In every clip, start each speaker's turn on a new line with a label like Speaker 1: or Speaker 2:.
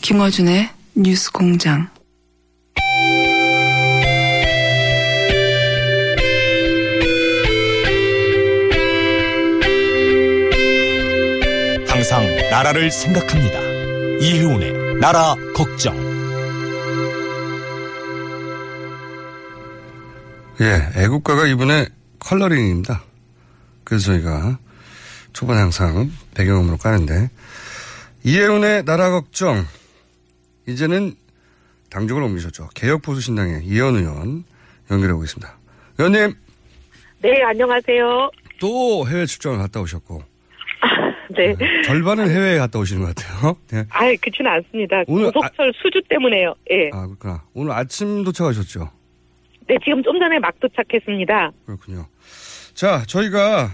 Speaker 1: 김어준의 뉴스 공장.
Speaker 2: 항상 나라를 생각합니다. 이혜훈의 나라 걱정.
Speaker 3: 예, 애국가가 이번에 컬러링입니다. 그래서 저희가 초반에 항상 배경음으로 까는데, 이혜훈의 나라 걱정. 이제는 당적을 옮기셨죠. 개혁보수신당의 이현 의원 연결해 보겠습니다. 의원님,
Speaker 4: 네, 안녕하세요.
Speaker 3: 또 해외 출장을 갔다 오셨고,
Speaker 4: 네.
Speaker 3: 절반은 해외에 갔다 오시는 것 같아요. 네.
Speaker 4: 아이, 그치는 않습니다.
Speaker 3: 오늘
Speaker 4: 고속철 수주 때문에요. 예.
Speaker 3: 아, 그렇구나. 오늘 아침 도착하셨죠?
Speaker 4: 네, 지금 좀 전에 막 도착했습니다.
Speaker 3: 그렇군요. 자, 저희가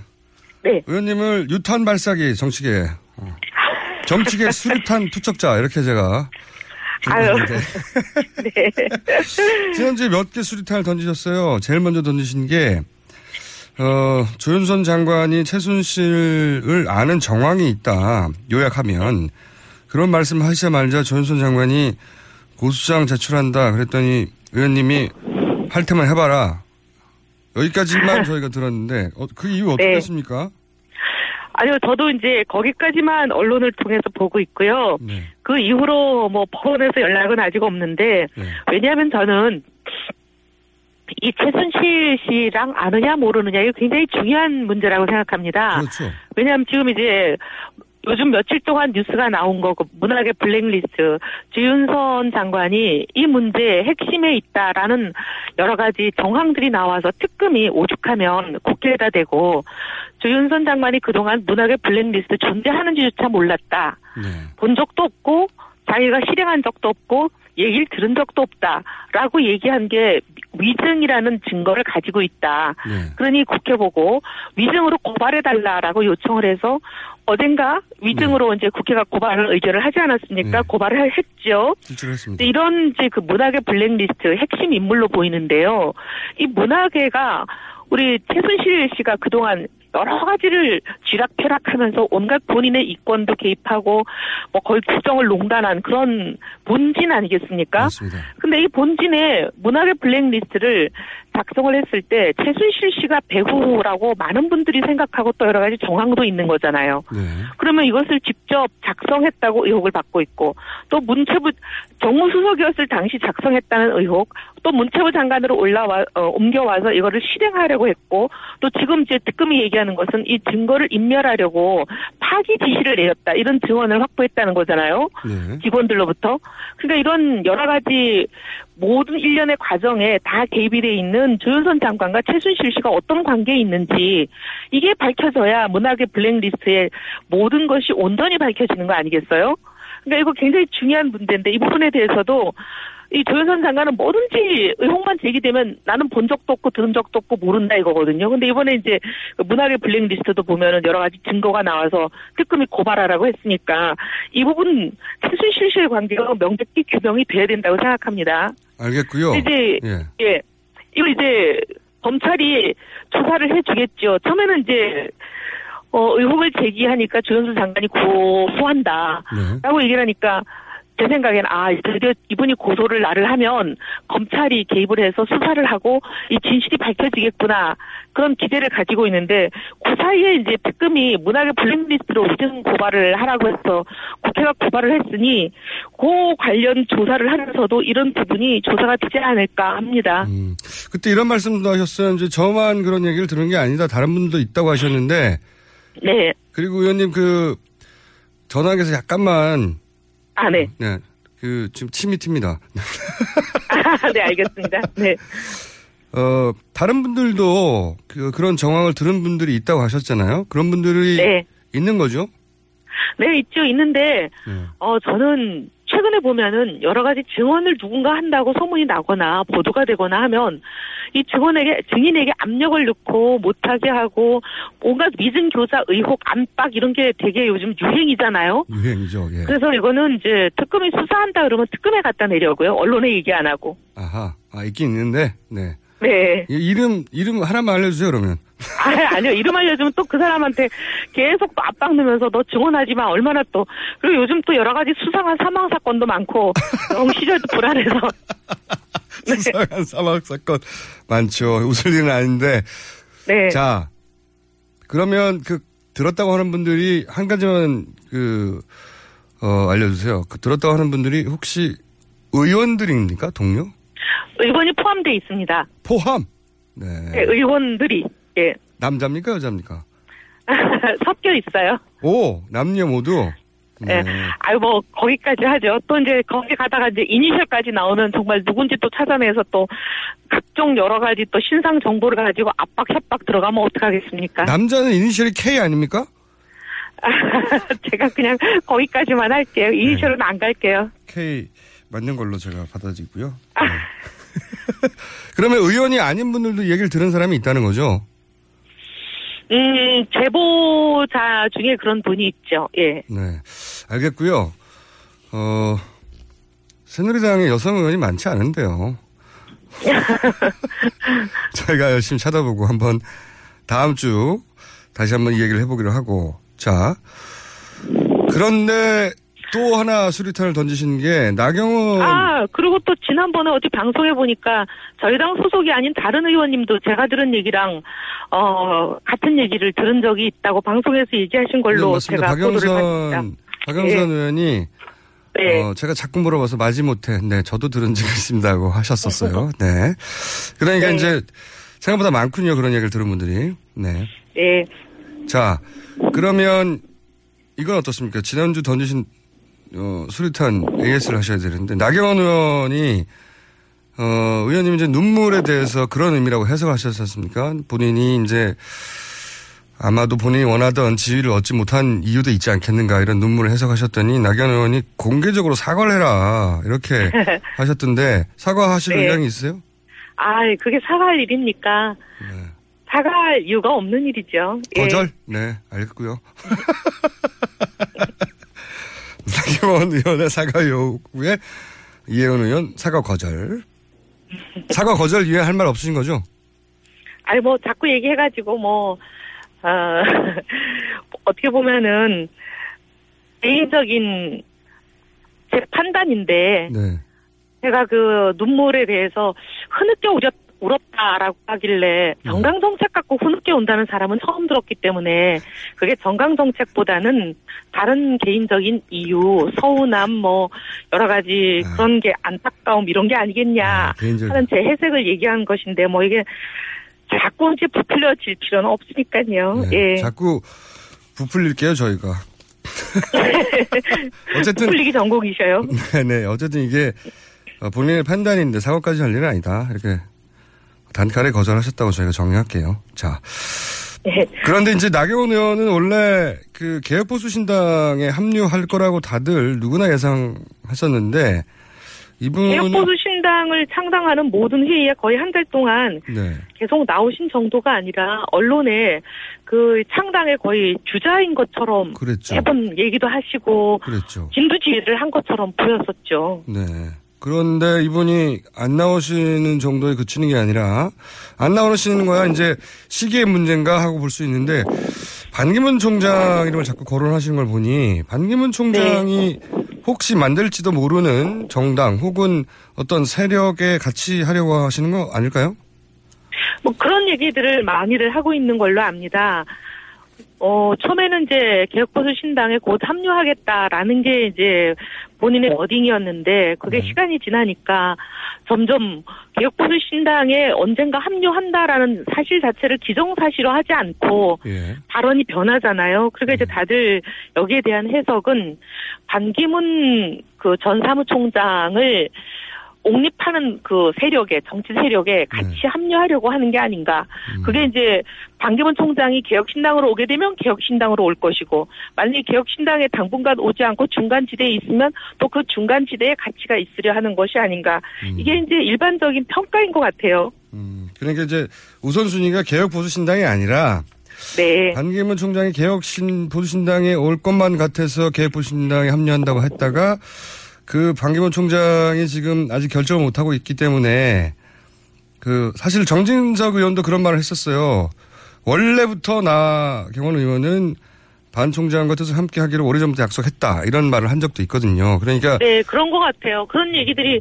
Speaker 4: 네.
Speaker 3: 의원님을 유탄 발사기 정치계 어. 정치계 수류탄 투척자 이렇게 제가
Speaker 4: 아유.
Speaker 3: 불렀는데.
Speaker 4: 네.
Speaker 3: 지난주에 몇 개 수류탄을 던지셨어요. 제일 먼저 던지신 게 어, 조윤선 장관이 최순실을 아는 정황이 있다. 요약하면 그런 말씀 하시자마자 조윤선 장관이 고수장 제출한다. 그랬더니 의원님이 할 테만 해봐라. 여기까지만 저희가 들었는데 어, 그 이유 어떻게
Speaker 4: 네.
Speaker 3: 됐습니까?
Speaker 4: 아니요, 저도 이제 거기까지만 언론을 통해서 보고 있고요.
Speaker 3: 네.
Speaker 4: 그 이후로 뭐 법원에서 연락은 아직 없는데,
Speaker 3: 네.
Speaker 4: 왜냐하면 저는 이 최순실 씨랑 아느냐 모르느냐 이거 굉장히 중요한 문제라고 생각합니다.
Speaker 3: 그렇죠.
Speaker 4: 왜냐하면 지금 이제 요즘 며칠 동안 뉴스가 나온 거고 그 문학의 블랙리스트 주윤선 장관이 이 문제의 핵심에 있다라는 여러 가지 정황들이 나와서 특검이 오죽하면 국회에다 대고 주윤선 장관이 그동안 문학의 블랙리스트 존재하는지조차 몰랐다.
Speaker 3: 네.
Speaker 4: 본 적도 없고 자기가 실행한 적도 없고 얘기를 들은 적도 없다라고 얘기한 게 위증이라는 증거를 가지고 있다.
Speaker 3: 네.
Speaker 4: 그러니 국회 보고 위증으로 고발해 달라라고 요청을 해서 어젠가 위증으로 이제 국회가 고발을 의결을 하지 않았습니까?
Speaker 3: 네.
Speaker 4: 고발을 했죠.
Speaker 3: 일주를 했습니다.
Speaker 4: 근데 이런 이제 그 문학의 블랙리스트 핵심 인물로 보이는데요. 이 문학계가 우리 최순실 씨가 그동안 여러 가지를 쥐락펴락하면서 온갖 본인의 이권도 개입하고 뭐 거의 구정을 농단한 그런 본진 아니겠습니까?
Speaker 3: 맞습니다.
Speaker 4: 근데 이 본진에 문학의 블랙리스트를 작성을 했을 때 최순실 씨가 배후라고 많은 분들이 생각하고 또 여러 가지 정황도 있는 거잖아요.
Speaker 3: 네,
Speaker 4: 그러면 이것을 직접 작성했다고 의혹을 받고 있고 또 문체부 정무수석이었을 당시 작성했다는 의혹 또 문체부 장관으로 올라와 어, 옮겨와서 이거를 실행하려고 했고 또 지금 이제 특검이 얘기하는 것은 이 증거를 인멸하려고 파기 지시를 내렸다 이런 증언을 확보했다는 거잖아요.
Speaker 3: 네.
Speaker 4: 직원들로부터 그러니까 이런 여러 가지 모든 일련의 과정에 다 개입이 돼 있는 조윤선 장관과 최순실 씨가 어떤 관계에 있는지 이게 밝혀져야 문학의 블랙리스트에 모든 것이 온전히 밝혀지는 거 아니겠어요? 그러니까 이거 굉장히 중요한 문제인데 이 부분에 대해서도 이 조윤선 장관은 뭐든지 의혹만 제기되면 나는 본 적도 없고 들은 적도 없고 모른다 이거거든요. 근데 이번에 이제 그 문학의 블랙리스트도 보면은 여러 가지 증거가 나와서 특검이 고발하라고 했으니까 이 부분 최순실 씨의 관계가 명백히 규명이 돼야 된다고 생각합니다.
Speaker 3: 알겠고요.
Speaker 4: 근데 이제
Speaker 3: 예.
Speaker 4: 예 이거 이제 검찰이 조사를 해주겠죠. 처음에는 이제 어, 의혹을 제기하니까 조현수 장관이
Speaker 3: 네.
Speaker 4: 고소한다라고 얘기를 하니까 제 생각엔 아 드디어 이분이 고소를 나를 하면 검찰이 개입을 해서 수사를 하고 이 진실이 밝혀지겠구나 그런 기대를 가지고 있는데 그 사이에 이제 특검이 문학의 블랙리스트로 위증 고발을 하라고 해서 국회가 고발을 했으니 그 관련 조사를 하면서도 이런 부분이 조사가 되지 않을까 합니다.
Speaker 3: 그때 이런 말씀도 하셨어요. 이제 저만 그런 얘기를 들은 게 아니다. 다른 분도 있다고 하셨는데.
Speaker 4: 네.
Speaker 3: 그리고 의원님 그 전화기에서 약간만
Speaker 4: 아 네.
Speaker 3: 네. 그 지금 침이 튑니다.
Speaker 4: 아, 네 알겠습니다. 네.
Speaker 3: 어, 다른 분들도 그, 그런 정황을 들은 분들이 있다고 하셨잖아요. 그런 분들이
Speaker 4: 네.
Speaker 3: 있는 거죠? 네,
Speaker 4: 네, 있죠. 있는데, 어, 저는 최근에 보면은 여러 가지 증언을 누군가 한다고 소문이 나거나 보도가 되거나 하면 이 증언에게, 증인에게 압력을 넣고 못하게 하고 뭔가 미증교사 의혹 안팎 이런 게 되게 요즘 유행이잖아요.
Speaker 3: 유행이죠. 예.
Speaker 4: 그래서 이거는 이제 특검이 수사한다 그러면 특검에 갖다 내려고요. 언론에 얘기 안 하고.
Speaker 3: 아하. 아, 있긴 있는데. 네.
Speaker 4: 네.
Speaker 3: 이- 이름 이름 하나만 알려 주세요, 그러면.
Speaker 4: 아, 아니요. 이름 알려주면 또 그 사람한테 계속 또 압박 넣으면서 너 증언하지 마. 얼마나 또. 그리고 요즘 또 여러 가지 수상한 사망 사건도 많고, 너무 시절도 불안해서. 네.
Speaker 3: 수상한 사막 사건 많죠. 웃을 일은 아닌데.
Speaker 4: 네.
Speaker 3: 자, 그러면 그 들었다고 하는 분들이 한 가지만 그, 어, 알려주세요. 그 들었다고 하는 분들이 혹시 의원들입니까? 동료?
Speaker 4: 의원이 포함되어 있습니다.
Speaker 3: 포함?
Speaker 4: 네, 의원들이. 예.
Speaker 3: 남자입니까? 여자입니까?
Speaker 4: 섞여 있어요.
Speaker 3: 오, 남녀 모두. 네.
Speaker 4: 예. 아유, 뭐, 거기까지 하죠. 또 이제 거기 가다가 이제 이니셜까지 나오는 정말 누군지 또 찾아내서 또 각종 여러 가지 또 신상 정보를 가지고 압박, 협박 들어가면 어떡하겠습니까?
Speaker 3: 남자는 이니셜이 K 아닙니까?
Speaker 4: 제가 그냥 거기까지만 할게요. 이니셜은 안 갈게요.
Speaker 3: K 맞는 걸로 제가 받아지고요. 네. 그러면 의원이 아닌 분들도 얘기를 들은 사람이 있다는 거죠?
Speaker 4: 음, 제보자 중에 그런 분이 있죠. 예.
Speaker 3: 네. 알겠고요. 어, 새누리당에 여성 의원이 많지 않은데요. 저희가 열심히 찾아보고 한번 다음 주 다시 한번 이 얘기를 해보기로 하고. 자. 그런데 또 하나 수리탄을 던지신 게 나경원.
Speaker 4: 아, 그리고 또 지난번에 어디 방송에 보니까 저희 당 소속이 아닌 다른 의원님도 제가 들은 얘기랑, 어, 같은 얘기를 들은 적이 있다고 방송에서 얘기하신 걸로
Speaker 3: 네,
Speaker 4: 제가 보도를
Speaker 3: 박영선,
Speaker 4: 받았습니다. 예.
Speaker 3: 박영선 의원이
Speaker 4: 네.
Speaker 3: 어, 제가 자꾸 물어봐서 마지못해, 네, 저도 들은 적이 있습니다고 하셨었어요. 네. 그러니까
Speaker 4: 네.
Speaker 3: 이제 생각보다 많군요. 그런 얘기를 들은 분들이. 네.
Speaker 4: 네.
Speaker 3: 자, 그러면 이건 어떻습니까? 지난주 던지신 어, 수류탄 AS를 하셔야 되는데, 나경원 의원이 어, 의원님 이제 눈물에 대해서 그런 의미라고 해석하셨지 않습니까? 본인이 이제 아마도 본인이 원하던 지위를 얻지 못한 이유도 있지 않겠는가 이런 눈물을 해석하셨더니 나경원 의원이 공개적으로 사과를 해라 이렇게 하셨던데 사과하실
Speaker 4: 네.
Speaker 3: 의향이 있어요?
Speaker 4: 아, 그게 사과할 일입니까? 사과할 이유가 없는 일이죠. 예.
Speaker 3: 거절? 네, 알겠고요. 나경원 의원의 사과 요구에 이혜원 의원 사과 거절. 사과 거절 이외에 할 말 없으신 거죠?
Speaker 4: 아니 뭐 자꾸 얘기해가지고 뭐 어, 어떻게 보면은 개인적인 제 판단인데
Speaker 3: 네.
Speaker 4: 제가 그 눈물에 대해서 흐느껴 우려 울었다라고 하길래 정강 정책 갖고 후늦게 온다는 사람은 처음 들었기 때문에 그게 정강 정책보다는 다른 개인적인 이유, 서운함 뭐 여러 가지 그런 게 안타까움 이런 게 아니겠냐
Speaker 3: 개인적인.
Speaker 4: 하는 제 해석을 얘기한 것인데 뭐 이게 자꾸 이제 부풀려질 필요는 없으니까요. 예.
Speaker 3: 네. 자꾸 부풀릴게요 저희가. 어쨌든
Speaker 4: 풀리기 전공이셔요.
Speaker 3: 네네 어쨌든 이게 어, 본인의 판단인데 사고까지 할 일은 아니다 이렇게 단칼에 거절하셨다고 저희가 정리할게요. 자
Speaker 4: 예.
Speaker 3: 그런데 이제 나경원 의원은 원래 그 개혁보수 신당에 합류할 거라고 다들 누구나 예상했었는데 이분은
Speaker 4: 개혁보수 신당을 창당하는 모든 회의에 거의 한 달 동안
Speaker 3: 네.
Speaker 4: 계속 나오신 정도가 아니라 언론에 그 창당의 거의 주자인 것처럼
Speaker 3: 그랬죠.
Speaker 4: 매번 얘기도 하시고
Speaker 3: 그랬죠.
Speaker 4: 진두지휘를 한 것처럼 보였었죠.
Speaker 3: 네. 그런데 이분이 안 나오시는 정도에 그치는 게 아니라 안 나오시는 거야 이제 시기의 문제인가 하고 볼 수 있는데 반기문 총장 이름을 자꾸 거론하시는 걸 보니 반기문 총장이 혹시 만들지도 모르는 정당 혹은 어떤 세력에 같이 하려고 하시는 거 아닐까요?
Speaker 4: 뭐 그런 얘기들을 많이들 하고 있는 걸로 압니다. 어, 처음에는 이제 개혁보수 신당에 곧 합류하겠다라는 게 이제 본인의 워딩이었는데 그게 시간이 지나니까 점점 개혁보수 신당에 언젠가 합류한다라는 사실 자체를 기정사실화 하지 않고 발언이 변하잖아요. 그러니까 이제 다들 여기에 대한 해석은 반기문 그 전 사무총장을 옹립하는 그 세력에 정치 세력에 같이 합류하려고 하는 게 아닌가. 그게 이제 반기문 총장이 개혁신당으로 오게 되면 개혁신당으로 올 것이고 만약에 개혁신당에 당분간 오지 않고 중간지대에 있으면 또 그 중간지대에 가치가 있으려 하는 것이 아닌가. 이게 이제 일반적인 평가인 것 같아요.
Speaker 3: 그러니까 이제 우선순위가 개혁 보수 신당이 아니라
Speaker 4: 네.
Speaker 3: 반기문 총장이 개혁 신 보수 신당에 올 것만 같아서 개혁 보수 신당에 합류한다고 했다가 그 반기문 총장이 지금 아직 결정을 못 하고 있기 때문에 그 사실 정진석 의원도 그런 말을 했었어요. 원래부터 나 경원 의원은 반 총장과 뜻을 함께 하기로 오래전부터 약속했다 이런 말을 한 적도 있거든요. 그러니까
Speaker 4: 네, 그런 것 같아요. 그런 얘기들이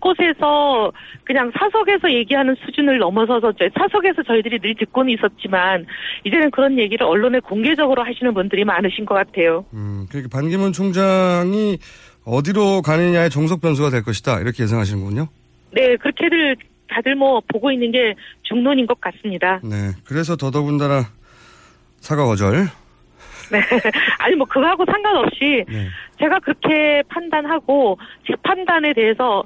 Speaker 4: 곳곳에서 그냥 사석에서 얘기하는 수준을 넘어서서 저희- 사석에서 저희들이 늘 듣고는 있었지만 이제는 그런 얘기를 언론에 공개적으로 하시는 분들이 많으신 것 같아요.
Speaker 3: 음, 그러니까 반기문 총장이 어디로 가느냐의 종속 변수가 될 것이다 이렇게 예상하시는군요.
Speaker 4: 네, 그렇게들 다들 뭐 보고 있는 게 중론인 것 같습니다.
Speaker 3: 네. 그래서 더더군다나 사과 거절.
Speaker 4: 네. 아니 뭐 그거하고 상관없이
Speaker 3: 네.
Speaker 4: 제가 그렇게 판단하고 제 판단에 대해서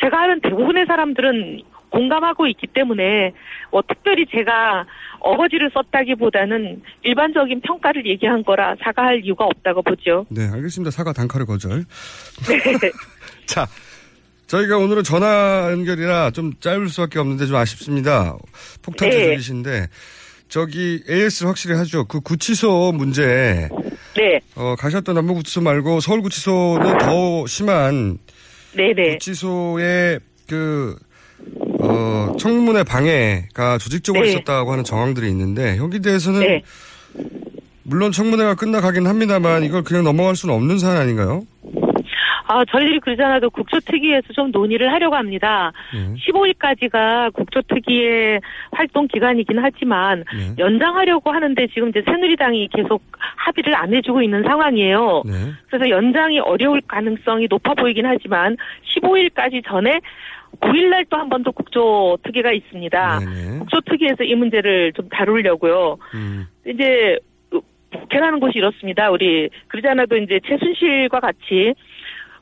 Speaker 4: 제가 하는 대부분의 사람들은 공감하고 있기 때문에 뭐 특별히 제가 어거지를 썼다기보다는 일반적인 평가를 얘기한 거라 사과할 이유가 없다고 보죠.
Speaker 3: 네, 알겠습니다. 사과 단칼에 거절.
Speaker 4: 네.
Speaker 3: 자, 저희가 오늘은 전화 연결이라 좀 짧을 수밖에 없는데 좀 아쉽습니다. 폭탄
Speaker 4: 네.
Speaker 3: 조절이신데 저기 AS 확실히 하죠. 그 구치소 문제.
Speaker 4: 네.
Speaker 3: 어, 가셨던 남부구치소 말고 서울구치소는 더 심한
Speaker 4: 네네.
Speaker 3: 구치소의 그 어, 청문회 방해가 조직적으로
Speaker 4: 네.
Speaker 3: 있었다고 하는 정황들이 있는데 여기 대해서는
Speaker 4: 네.
Speaker 3: 물론 청문회가 끝나가긴 합니다만 이걸 그냥 넘어갈 수는 없는 사안 아닌가요?
Speaker 4: 아, 저희들이 그러지 않아도 국조특위에서 좀 논의를 하려고 합니다. 15일까지가 국조특위의 활동 기간이긴 하지만 연장하려고 하는데 지금 이제 새누리당이 계속 합의를 안 해주고 있는 상황이에요.
Speaker 3: 네,
Speaker 4: 그래서 연장이 어려울 가능성이 높아 보이긴 하지만 15일까지 전에 9일날 또 한 번 더 국조특위가
Speaker 3: 네,
Speaker 4: 있습니다. 국조특위에서 이 문제를 좀 다루려고요.
Speaker 3: 음,
Speaker 4: 이제 국회라는 곳이 이렇습니다. 우리 그러지 않아도 이제 최순실과 같이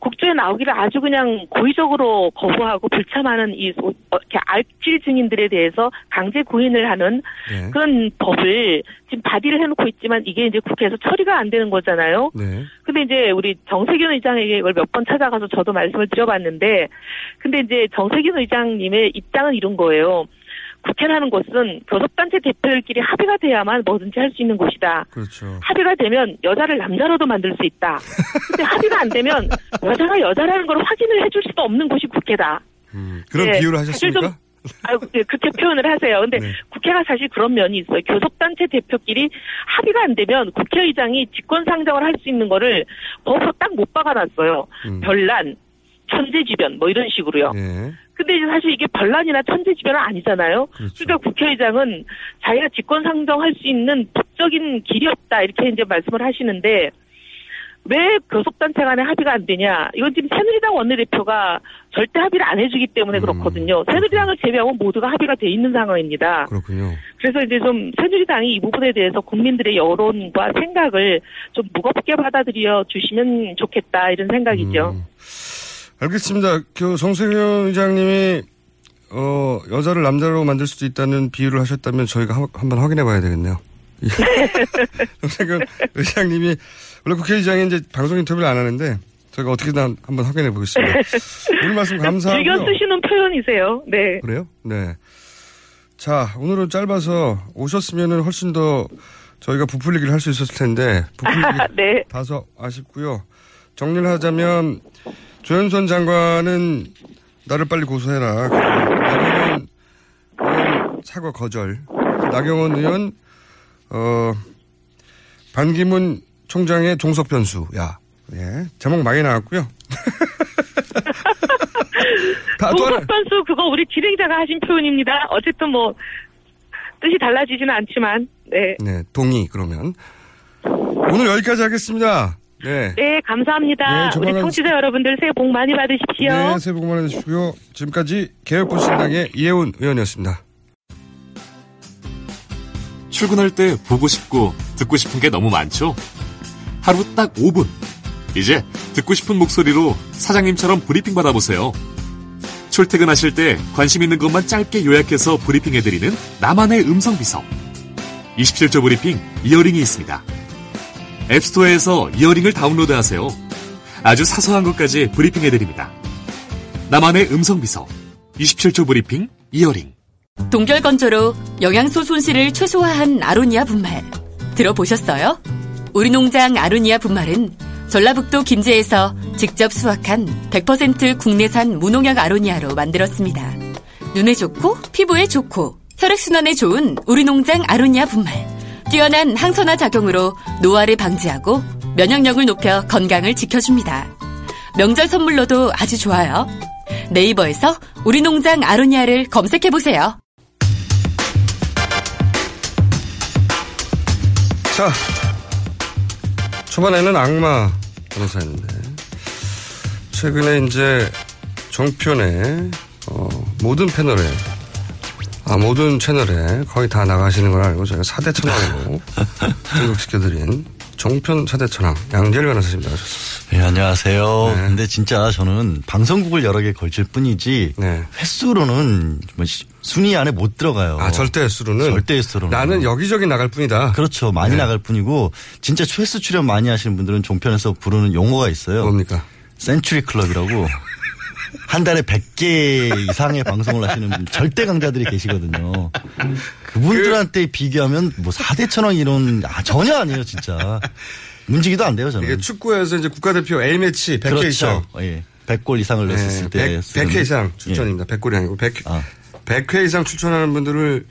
Speaker 4: 국조에 나오기를 아주 그냥 고의적으로 거부하고 불참하는 이 소- 어, 이렇게 알질 증인들에 대해서 강제 구인을 하는
Speaker 3: 네.
Speaker 4: 그런 법을 지금 발의를 해놓고 있지만 이게 이제 국회에서 처리가 안 되는 거잖아요.
Speaker 3: 네.
Speaker 4: 근데 이제 우리 정세균 의장에게 이걸 몇 번 찾아가서 저도 말씀을 드려봤는데, 근데 이제 정세균 의장님의 입장은 이런 거예요. 국회라는 곳은 교섭단체 대표들끼리 합의가 돼야만 뭐든지 할 수 있는 곳이다.
Speaker 3: 그렇죠.
Speaker 4: 합의가 되면 여자를 남자로도 만들 수 있다. 근데 합의가 안 되면 여자가 여자라는 걸 확인을 해줄 수도 없는 곳이 국회다.
Speaker 3: 그런
Speaker 4: 네,
Speaker 3: 비유를
Speaker 4: 사실
Speaker 3: 하셨습니까?
Speaker 4: 좀 아유, 네, 그렇게 표현을 하세요. 근데 국회가 사실 그런 면이 있어요. 교섭단체 대표끼리 합의가 안 되면 국회의장이 직권상정을 할 수 있는 거를 법으로 딱 못 박아놨어요. 별난, 천재지변 뭐 이런 식으로요.
Speaker 3: 네,
Speaker 4: 근데 이제 사실 이게 반란이나 천재지변은 아니잖아요. 그러니까 국회의장은 자기가 직권 상정할 수 있는 법적인 길이 없다 이렇게 이제 말씀을 하시는데 왜 교섭단체 간에 합의가 안 되냐? 이건 지금 새누리당 원내대표가 절대 합의를 안 해주기 때문에 그렇거든요. 새누리당을 제외하고 모두가 합의가 돼 있는 상황입니다.
Speaker 3: 그렇군요.
Speaker 4: 그래서 이제 좀 새누리당이 이 부분에 대해서 국민들의 여론과 생각을 좀 무겁게 받아들여 주시면 좋겠다 이런 생각이죠.
Speaker 3: 알겠습니다. 그 성세경 의장님이 어, 여자를 남자로 만들 수도 있다는 비유를 하셨다면 저희가 한- 한번 확인해 봐야 되겠네요. 예. 성세경 의장님이 원래 국회의장이 이제 방송 인터뷰를 안 하는데 저희가 어떻게든 한번 확인해 보겠습니다. 오늘 말씀 감사하고요.
Speaker 4: 네, 즐겨 쓰시는 표현이세요. 네.
Speaker 3: 그래요? 네. 자, 오늘은 짧아서 오셨으면은 훨씬 더 저희가 부풀리기를 할 수 있었을 텐데 부풀리기
Speaker 4: 네.
Speaker 3: 다소 아쉽고요. 정리를 하자면 조현선 장관은 나를 빨리 고소해라. 나경원 의원 사과 거절. 나경원 의원 어 반기문 총장의 종속 변수야. 예. 제목 많이 나왔고요. 다
Speaker 4: 공석변수 그거 우리 진행자가 하신 표현입니다. 어쨌든 뭐 뜻이 달라지지는 않지만 네.
Speaker 3: 네, 동의 그러면 오늘 여기까지 하겠습니다. 네.
Speaker 4: 네, 감사합니다.
Speaker 3: 네,
Speaker 4: 우리
Speaker 3: 조만간-
Speaker 4: 청취자 여러분들 새해 복 많이 받으십시오.
Speaker 3: 네, 새해 복 많이 받으시고요. 지금까지 개혁보수당의 이혜훈 의원이었습니다.
Speaker 5: 출근할 때 보고 싶고 듣고 싶은 게 너무 많죠? 하루 딱 5분. 이제 듣고 싶은 목소리로 사장님처럼 브리핑 받아보세요. 출퇴근하실 때 관심 있는 것만 짧게 요약해서 브리핑해드리는 나만의 음성 비서. 27조 브리핑 이어링이 있습니다. 앱스토어에서 이어링을 다운로드하세요. 아주 사소한 것까지 브리핑해드립니다. 나만의 음성 비서. 27조 브리핑 이어링.
Speaker 6: 동결 건조로 영양소 손실을 최소화한 아로니아 분말 들어보셨어요? 우리 농장 아로니아 분말은 전라북도 김제에서 직접 수확한 100% 국내산 무농약 아로니아로 만들었습니다. 눈에 좋고 피부에 좋고 혈액순환에 좋은 우리 농장 아로니아 분말 뛰어난 항산화 작용으로 노화를 방지하고 면역력을 높여 건강을 지켜줍니다. 명절 선물로도 아주 좋아요. 네이버에서 우리 농장 아로니아를 검색해보세요.
Speaker 3: 자, 초반에는 악마 변호사였는데 최근에 이제 정편의 어, 모든 패널에 아 모든 채널에 거의 다 나가시는 걸 알고 저희가 4대 천왕으로 등록시켜드린 정편 4대 천왕 양재열 변호사님 나오셨습니다.
Speaker 7: 네, 안녕하세요. 근데 진짜 저는 방송국을 여러 개 걸칠 뿐이지
Speaker 3: 네.
Speaker 7: 횟수로는 뭐 시- 순위 안에 못 들어가요.
Speaker 3: 아, 절대 횟수로는?
Speaker 7: 절대 횟수로는.
Speaker 3: 나는 여기저기 나갈 뿐이다.
Speaker 7: 그렇죠. 많이
Speaker 3: 네.
Speaker 7: 나갈 뿐이고 진짜 횟수 출연 많이 하시는 분들은 종편에서 부르는 용어가 있어요.
Speaker 3: 뭡니까?
Speaker 7: 센츄리 클럽이라고 한 달에 100개 이상의 방송을 하시는 분, 절대 강자들이 계시거든요. 그분들한테 비교하면 뭐 4대 천왕 이런 아, 전혀 아니에요, 진짜. 움직이도 안 돼요, 저는.
Speaker 3: 이게 축구에서 이제 국가대표 A매치 100회 이상.
Speaker 7: 예. 100골 이상을
Speaker 3: 네,
Speaker 7: 넣었을 때. 예.
Speaker 3: 100, 회 이상 출전입니다. 100골이 아니고 100, 100회 이상 출전하는 분들을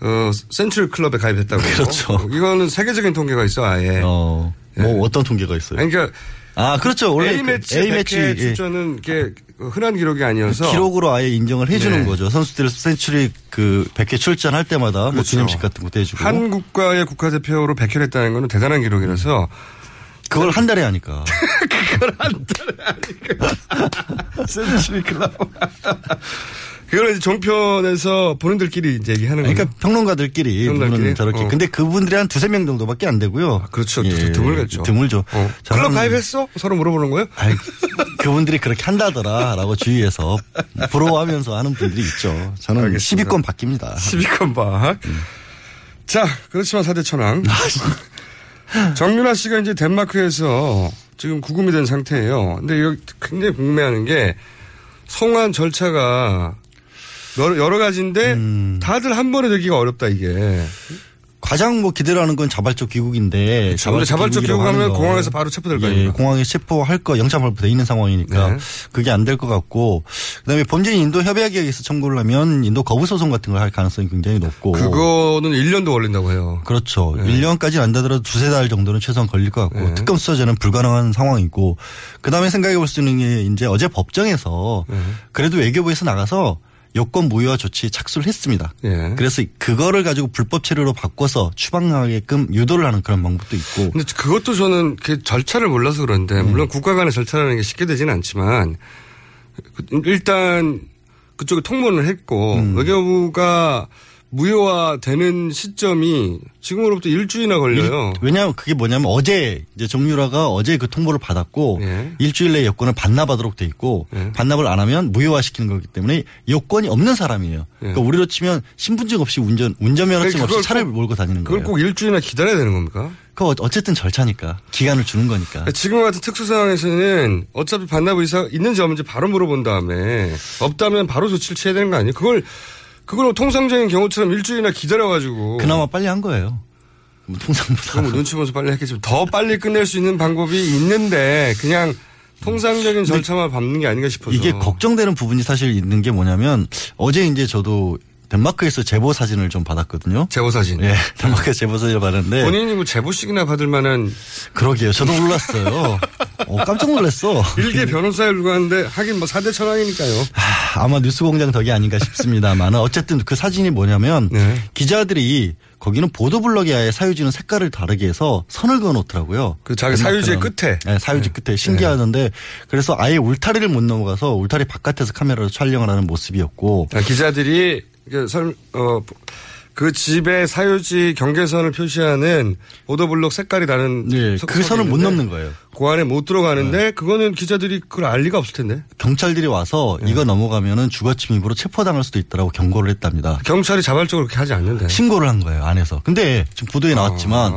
Speaker 3: 어, 센츄리 클럽에 가입했다고. 그렇죠. 이거는 세계적인 통계가 있어, 아예.
Speaker 7: 어, 뭐 어떤 통계가 있어요?
Speaker 3: 아니, 그러니까
Speaker 7: 아, 그렇죠. 원래
Speaker 3: A매치,
Speaker 7: 그 A매치,
Speaker 3: 100회
Speaker 7: 예.
Speaker 3: 출전은 이게 흔한 기록이 아니어서
Speaker 7: 기록으로 아예 인정을 해주는
Speaker 3: 네.
Speaker 7: 거죠. 선수들 센츄리 그 100회 출전할 때마다 뭐
Speaker 3: 그렇죠.
Speaker 7: 기념식 같은 것도 해주고.
Speaker 3: 한국과의 국가대표로 100회를 했다는 거는 대단한 기록이라서
Speaker 7: 그걸 한 달에 하니까.
Speaker 3: 센츄리 클럽. 그걸 이제 종편에서 본인들끼리 이제 얘기하는 거죠.
Speaker 7: 그러니까 평론가들끼리 누구는 저렇게. 근데 그분들이 한 두세 명 정도밖에 안 되고요.
Speaker 3: 어.
Speaker 7: 예,
Speaker 3: 그렇죠. 어.
Speaker 7: 드물겠죠. 드물죠. 저는-
Speaker 3: 클럽 가입했어? 서로 물어보는 거예요?
Speaker 7: 아이, 그분들이 그렇게 한다더라라고 주위에서 부러워하면서 하는 분들이 있죠. 저는 10위권 바뀝니다.
Speaker 3: 10위권 박.
Speaker 7: 음.
Speaker 3: 자, 그렇지만 사대천왕.
Speaker 7: 아,
Speaker 3: 정윤아 씨가 이제 덴마크에서 지금 구금이 된 상태예요. 근데 이거 굉장히 궁금해하는 게 송환
Speaker 7: 음.
Speaker 3: 절차가 여러, 여러 가지인데 다들 한 번에 되기가 어렵다 이게.
Speaker 7: 가장 뭐 기대라는 건 자발적 귀국인데
Speaker 3: 그쵸. 원래 네, 자발적
Speaker 7: 귀국이라고
Speaker 3: 귀국하면
Speaker 7: 하는 건
Speaker 3: 공항에서 바로 체포될 거 아닙니까?
Speaker 7: 공항에 체포할 거 영장 발부돼 있는 상황이니까
Speaker 3: 네.
Speaker 7: 그게 안 될 것 같고 그다음에 범죄인 인도 협약에 의해서 청구를 하면 인도 거부 소송 같은 걸 할 가능성이 굉장히 높고
Speaker 3: 그거는 1년도 걸린다고 해요.
Speaker 7: 그렇죠. 1년까지는 안 되더라도 두세 달 정도는 최소한 걸릴 것 같고 특검 수사제는 불가능한 상황이고 그다음에 생각해 볼 수 있는 게 이제 어제 법정에서 그래도 외교부에서 나가서 여권 무효화 조치에 착수를 했습니다. 그래서 그거를 가지고 불법 체류로 바꿔서 추방하게끔 유도를 하는 그런 방법도 있고
Speaker 3: 근데 그것도 저는 그 절차를 몰라서 그런데
Speaker 7: 네.
Speaker 3: 물론 국가 간의 절차라는 게 쉽게 되지는 않지만 일단 그쪽에 통보를 했고
Speaker 7: 음.
Speaker 3: 외교부가 무효화되는 시점이 지금으로부터 일주일이나 걸려요.
Speaker 7: 왜냐하면 그게 뭐냐면 어제 이제 정유라가 어제 그 통보를 받았고
Speaker 3: 예.
Speaker 7: 일주일 내에 여권을 반납하도록 돼 있고 반납을 안 하면 무효화 시키는 거기 때문에 여권이 없는 사람이에요. 그러니까 우리로 치면 신분증 없이 운전 운전면허증
Speaker 3: 예. 아니,
Speaker 7: 없이
Speaker 3: 그러니까 그걸
Speaker 7: 차를
Speaker 3: 꼭-
Speaker 7: 몰고 다니는
Speaker 3: 그걸
Speaker 7: 거예요.
Speaker 3: 꼭 일주일이나 기다려야 되는 겁니까?
Speaker 7: 그 어쨌든 절차니까 기간을 주는 거니까.
Speaker 3: 지금 같은 특수 상황에서는 어차피 반납 의사 있는지 없는지 바로 물어본 다음에 없다면 바로 조치를 취해야 되는 거 아니에요? 그걸 그걸 통상적인 경우처럼 일주일이나 기다려가지고
Speaker 7: 그나마 빨리 한 거예요. 뭐 통상보다
Speaker 3: 그럼 눈치 보면서 빨리 했겠지만 더 빨리 끝낼 수 있는 방법이 있는데 그냥 통상적인 절차만 밟는 게 아닌가 싶어서
Speaker 7: 이게 걱정되는 부분이 사실 있는 게 뭐냐면 어제 이제 저도 덴마크에서 제보 사진을 좀 받았거든요.
Speaker 3: 제보 사진.
Speaker 7: 예, 덴마크에서 제보 사진을 받았는데
Speaker 3: 본인이 뭐 제보식이나 받을 만한
Speaker 7: 그러게요. 저도 몰랐어요. 어, 깜짝 놀랐어.
Speaker 3: 일개 변호사에 불과한데 하긴 뭐 4대 천왕이니까요.
Speaker 7: 아마 뉴스공장 덕이 아닌가 싶습니다만 어쨌든 그 사진이 뭐냐면
Speaker 3: 네.
Speaker 7: 기자들이 거기는 보도블럭이 아예 사유지는 색깔을 다르게 해서 선을 그어놓더라고요.
Speaker 3: 그 자기 사유지의 끝에. 네.
Speaker 7: 네, 사유지 끝에 신기하던데 그래서 아예 울타리를 못 넘어가서 울타리 바깥에서 카메라로 촬영을 하는 모습이었고
Speaker 3: 아, 기자들이 그 설- 어, 그 집의 사유지 경계선을 표시하는 보도블록 색깔이 다른 석-
Speaker 7: 그 선을 못
Speaker 3: 있는데
Speaker 7: 넘는 거예요. 네.
Speaker 3: 그 안에 못 들어가는데 그거는 기자들이 그걸 알 리가 없을 텐데.
Speaker 7: 경찰들이 와서
Speaker 3: 네.
Speaker 7: 이거 넘어가면은 주거침입으로 체포당할 수도 있다라고 경고를 했답니다.
Speaker 3: 경찰이 자발적으로 그렇게 하지 않는데.
Speaker 7: 신고를 한 거예요 안에서. 근데 지금
Speaker 3: 아.
Speaker 7: 보도에 나왔지만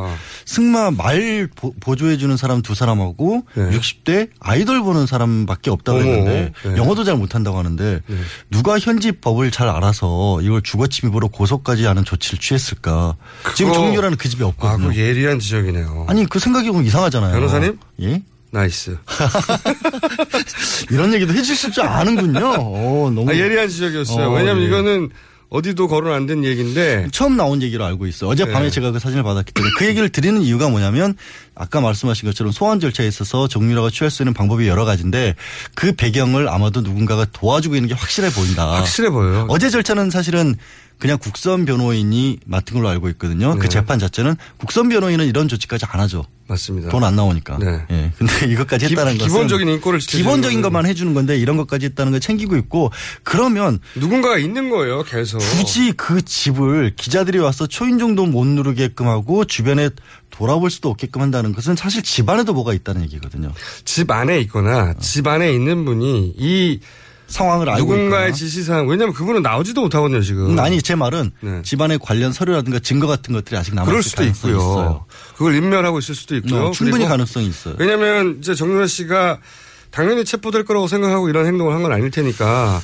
Speaker 7: 승마 말 보- 보조해주는 사람 두 사람하고
Speaker 3: 예.
Speaker 7: 60대 아이돌 보는 사람밖에 없다고
Speaker 3: 어머,
Speaker 7: 했는데
Speaker 3: 네.
Speaker 7: 영어도 잘 못한다고 하는데
Speaker 3: 예.
Speaker 7: 누가 현지 법을 잘 알아서 이걸 주거침입으로 고소까지 하는 조치를 취했을까? 지금
Speaker 3: 그거-
Speaker 7: 정유라는 그 집에
Speaker 3: 아,
Speaker 7: 없거든요.
Speaker 3: 그 예리한 지적이네요.
Speaker 7: 아니 그 생각이 보면 이상하잖아요.
Speaker 3: 변호사님?
Speaker 7: 예?
Speaker 3: 나이스.
Speaker 7: 이런 얘기도 해주실 줄 아는군요. 어, 너무
Speaker 3: 아, 예리한 지적이었어요.
Speaker 7: 어,
Speaker 3: 왜냐하면
Speaker 7: 예.
Speaker 3: 이거는 어디도 거론 안 된 얘기인데
Speaker 7: 네. 처음 나온 얘기로 알고 있어요. 어젯밤에
Speaker 3: 네.
Speaker 7: 제가 그 사진을 받았기 때문에 그 얘기를 드리는 이유가 뭐냐면 아까 말씀하신 것처럼 소환 절차에 있어서 정유라가 취할 수 있는 방법이 여러 가지인데 그 배경을 아마도 누군가가 도와주고 있는 게 확실해 보인다.
Speaker 3: 확실해 보여요.
Speaker 7: 아. 어제 절차는 사실은 그냥 국선 변호인이 맡은 걸로 알고 있거든요.
Speaker 3: 네.
Speaker 7: 그 재판 자체는 국선 변호인은 이런 조치까지 안 하죠.
Speaker 3: 맞습니다.
Speaker 7: 돈 안 나오니까. 예. 근데 이것까지
Speaker 3: 네. 기-
Speaker 7: 했다는 것은
Speaker 3: 기본적인 인권을 지켜주는
Speaker 7: 기본적인
Speaker 3: 거는.
Speaker 7: 것만 해주는 건데 이런 것까지 했다는 걸 챙기고 있고 그러면
Speaker 3: 누군가가 있는 거예요. 계속.
Speaker 7: 굳이 그 집을 기자들이 와서 초인종도 못 누르게끔 하고 주변에 돌아볼 수도 없게끔 한다는 것은 사실 집안에도 뭐가 있다는 얘기거든요.
Speaker 3: 집 안에 있거나 집 안에 있는 분이 이
Speaker 7: 상황을 어. 알고
Speaker 3: 누군가의
Speaker 7: 있거나.
Speaker 3: 지시사항 왜냐하면 그분은 나오지도 못하거든요 지금. 네.
Speaker 7: 음, 아니 제 말은 집안에 관련 서류라든가 증거 같은 것들이 아직 남아
Speaker 3: 그럴
Speaker 7: 있을
Speaker 3: 수도
Speaker 7: 가능성이
Speaker 3: 있고요.
Speaker 7: 있어요.
Speaker 3: 그걸 인멸하고 있을 수도 있고요.
Speaker 7: 어, 충분히
Speaker 3: 그리고
Speaker 7: 가능성이 있어요.
Speaker 3: 왜냐하면 이제 정유라 씨가 당연히 체포될 거라고 생각하고 이런 행동을 한 건 아닐 테니까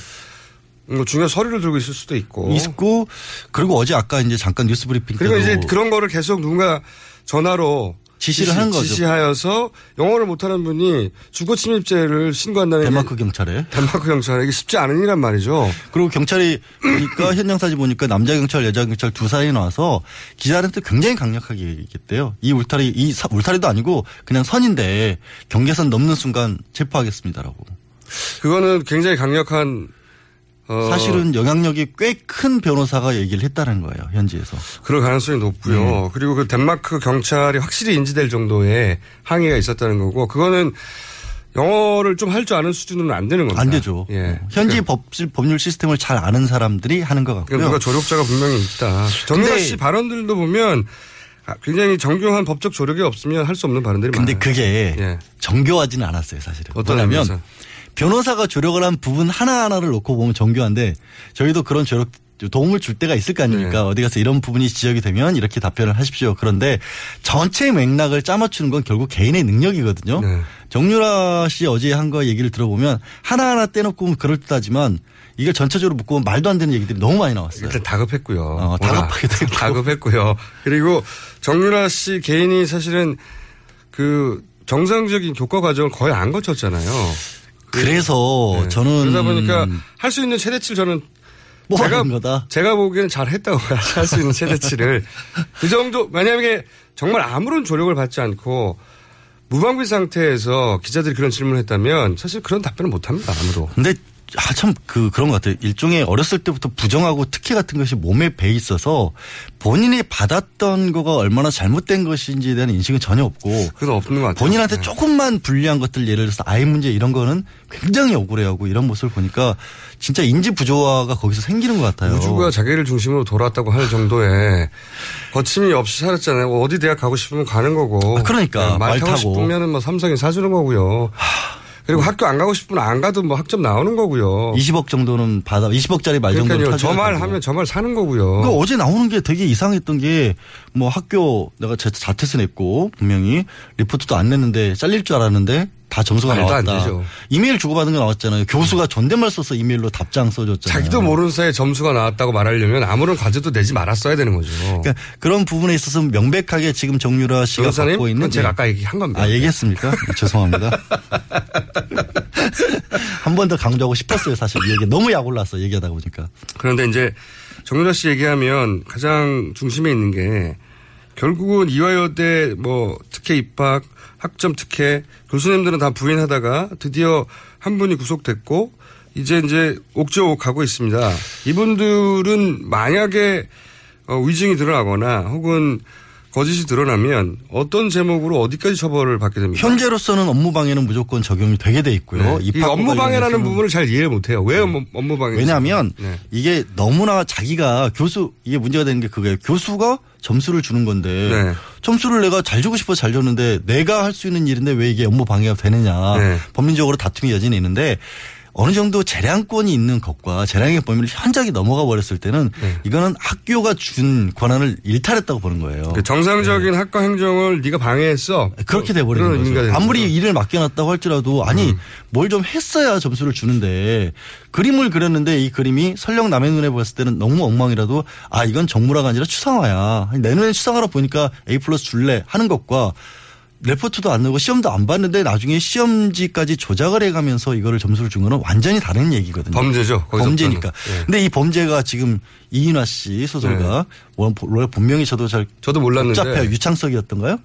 Speaker 3: 뭐 중요한 서류를 들고 있을 수도 있고.
Speaker 7: 있고 그리고 어제 아까 이제 잠깐 뉴스 브리핑 때도
Speaker 3: 그리고 이제 그런 거를 계속 누군가 전화로
Speaker 7: 지시를 하는 거죠.
Speaker 3: 지시하여서 영어를 못하는 분이 주거 침입죄를 신고한다는
Speaker 7: 덴마크 경찰에
Speaker 3: 덴마크 경찰에 이게 쉽지 않은 일이란 말이죠.
Speaker 7: 그리고 경찰이 보니까 현장 사진 보니까 남자 경찰, 여자 경찰 두 사람이 나와서 기자한테 굉장히 강력하게 얘기했대요. 이 울타리 이 사- 울타리도 아니고 그냥 선인데 경계선 넘는 순간 체포하겠습니다라고.
Speaker 3: 그거는 굉장히 강력한 어,
Speaker 7: 사실은 영향력이 꽤 큰 변호사가 얘기를 했다는 거예요 현지에서.
Speaker 3: 그럴 가능성이 높고요.
Speaker 7: 네.
Speaker 3: 그리고 그 덴마크 경찰이 확실히 인지될 정도의 항의가 있었다는 거고 그거는 영어를 좀 할 줄 아는 수준은 안 되는 겁니다.
Speaker 7: 안 되죠. 어,
Speaker 3: 예.
Speaker 7: 현지 법, 법률 시스템을 잘 아는 사람들이 하는 것 같고요.
Speaker 3: 그러니까 누가 조력자가 분명히 있다. 정유라
Speaker 7: 근데-
Speaker 3: 씨 발언들도 보면 아, 굉장히 정교한 법적 조력이 없으면 할 수 없는 발언들이
Speaker 7: 근데
Speaker 3: 많아요.
Speaker 7: 그게 정교하지는 않았어요, 사실은.
Speaker 3: 네. 예. 어떤
Speaker 7: 뭐냐면
Speaker 3: 의미에서?
Speaker 7: 변호사가 조력을 한 부분 하나하나를 놓고 보면 정교한데 저희도 그런 조력 도움을 줄 때가 있을 거
Speaker 3: 네.
Speaker 7: 아닙니까? 어디 가서 이런 부분이 지적이 되면 이렇게 답변을 하십시오. 그런데 전체 맥락을 짜맞추는 건 결국 개인의 능력이거든요.
Speaker 3: 네.
Speaker 7: 정유라 씨 어제 한 거 얘기를 들어보면 하나하나 떼놓고 보면 그럴듯하지만 이걸 전체적으로 묶고 보면 말도 안 되는 얘기들이 너무 많이 그- 나왔어요.
Speaker 3: 일단 다급했고요.
Speaker 7: 다급하게
Speaker 3: 다급했고요. 그리고 정유라 씨 개인이 사실은 그 정상적인 교과 과정을 거의 안 거쳤잖아요.
Speaker 7: 그래서 뭐 저는
Speaker 3: 예.
Speaker 7: 음. 뭐
Speaker 3: 그러다 보니까 할 수 있는 최대치를 저는 제가 제가 보기에는 잘 했다고 할 수 있는 최대치를 그 정도 만약에 정말 아무런 조력을 받지 않고 무방비 상태에서 기자들이 그런 질문을 했다면 사실 그런 답변을 못 합니다 아무도.
Speaker 7: 근데 아, 참, 그, 그런 것 같아요. 일종의 어렸을 때부터 부정하고 특혜 같은 것이 몸에 배 있어서 본인이 받았던 거가 얼마나 잘못된 것인지에 대한 인식은 전혀 없고.
Speaker 3: 그건 없는 것 같아요.
Speaker 7: 본인한테 조금만 불리한 것들 예를 들어서 아이 문제 이런 거는 굉장히 억울해하고 이런 모습을 보니까 진짜 인지 부조화가 거기서 생기는 것 같아요.
Speaker 3: 우주가 자기를 중심으로 돌아왔다고 할 정도의 거침이 없이 살았잖아요. 뭐 어디 대학 가고 싶으면 가는 거고.
Speaker 7: 그러니까.
Speaker 3: 네, 말
Speaker 7: 말
Speaker 3: 타고,
Speaker 7: 타고.
Speaker 3: 싶으면은 뭐 삼성이 사주는 거고요. 그리고 학교 안 가고 싶으면 안 가도 뭐 학점 나오는 거고요.
Speaker 7: 20억 정도는 받아, 20억짜리 말 정도는
Speaker 3: 그러니까요.
Speaker 7: 타줘야
Speaker 3: 저 말
Speaker 7: 되고.
Speaker 3: 하면 저 말 사는 거고요.
Speaker 7: 그 어제 나오는 게 되게 이상했던 게 뭐 학교 내가 자- 자퇴서 냈고 분명히 리포트도 안 냈는데 잘릴 줄 알았는데 다 점수가
Speaker 3: 말도 안
Speaker 7: 나왔다.
Speaker 3: 되죠. 음.
Speaker 7: 이메일 주고받은 거 나왔잖아요. 교수가 존댓말 써서 이메일로 답장 써줬잖아요.
Speaker 3: 자기도 뭐 모르는 사이에 점수가 나왔다고 말하려면 아무런 과제도 내지 말았어야 되는 거죠.
Speaker 7: 그러니까 그런 부분에 있어서 명백하게 지금 정유라 씨가
Speaker 3: 변호사님,
Speaker 7: 갖고 있는
Speaker 3: 그건 제가 네. 아까 얘기한 겁니다.
Speaker 7: 아 얘기했습니까? 네, 죄송합니다. 한 번 더 강조하고 싶었어요. 사실 이 얘기 너무 약올랐어 얘기하다 보니까.
Speaker 3: 그런데 이제 정유라 씨 얘기하면 가장 중심에 있는 게 결국은 이화여대 뭐 특혜 입학, 학점 특혜 교수님들은 다 부인하다가 드디어 한 분이 구속됐고 이제 이제 옥죄옥 가고 있습니다. 이분들은 만약에 어, 위증이 드러나거나 혹은 거짓이 드러나면 어떤 제목으로 어디까지 처벌을 받게 됩니까?
Speaker 7: 현재로서는 업무 방해는 무조건 적용이 되게 돼 있고요.
Speaker 3: 네. 이
Speaker 7: 입학과
Speaker 3: 업무 방해라는
Speaker 7: 관련해서는 네.
Speaker 3: 부분을 잘 이해를 못해요. 왜 업무, 업무 방해?
Speaker 7: 왜냐하면
Speaker 3: 네.
Speaker 7: 이게 너무나 자기가 교수 이게 문제가 되는 게 그거예요. 교수가 점수를 주는 건데
Speaker 3: 네.
Speaker 7: 점수를 내가 잘 주고 싶어 서잘 줬는데 내가 할 수 있는 일인데 왜 이게 업무 방해가 되느냐
Speaker 3: 네.
Speaker 7: 법률적으로 다툼이 여전히 있는데 어느 정도 재량권이 있는 것과 재량의 범위를 현저하게 넘어가 버렸을 때는
Speaker 3: 네.
Speaker 7: 이거는 학교가 준 권한을 일탈했다고 보는 거예요.
Speaker 3: 그 정상적인 학과 행정을 네가 방해했어.
Speaker 7: 어. 네. 그렇게 돼버리는
Speaker 3: 그런
Speaker 7: 거죠.
Speaker 3: 의미가 음. 되는
Speaker 7: 아무리 일을 맡겨놨다고 할지라도 아니 뭘 좀 했어야 점수를 주는데 그림을 그렸는데 이 그림이 설령 남의 눈에 보였을 때는 너무 엉망이라도 아 이건 정무라가 아니라 추상화야. 아니, 내 눈엔 추상화라 보니까 A 플러스 줄래 하는 것과 레포트도 안 내고 시험도 안 봤는데 나중에 시험지까지 조작을 해가면서 이거를 점수를 준 거는 완전히 다른 얘기거든요.
Speaker 3: 범죄죠, 거기서부터는.
Speaker 7: 범죄니까.
Speaker 3: 예.
Speaker 7: 근데 이 범죄가 지금 이인화 씨 소설가 원- 원래 본명이 저도 잘
Speaker 3: 저도 몰랐는데.
Speaker 7: 복잡해요. 유창석이었던가요?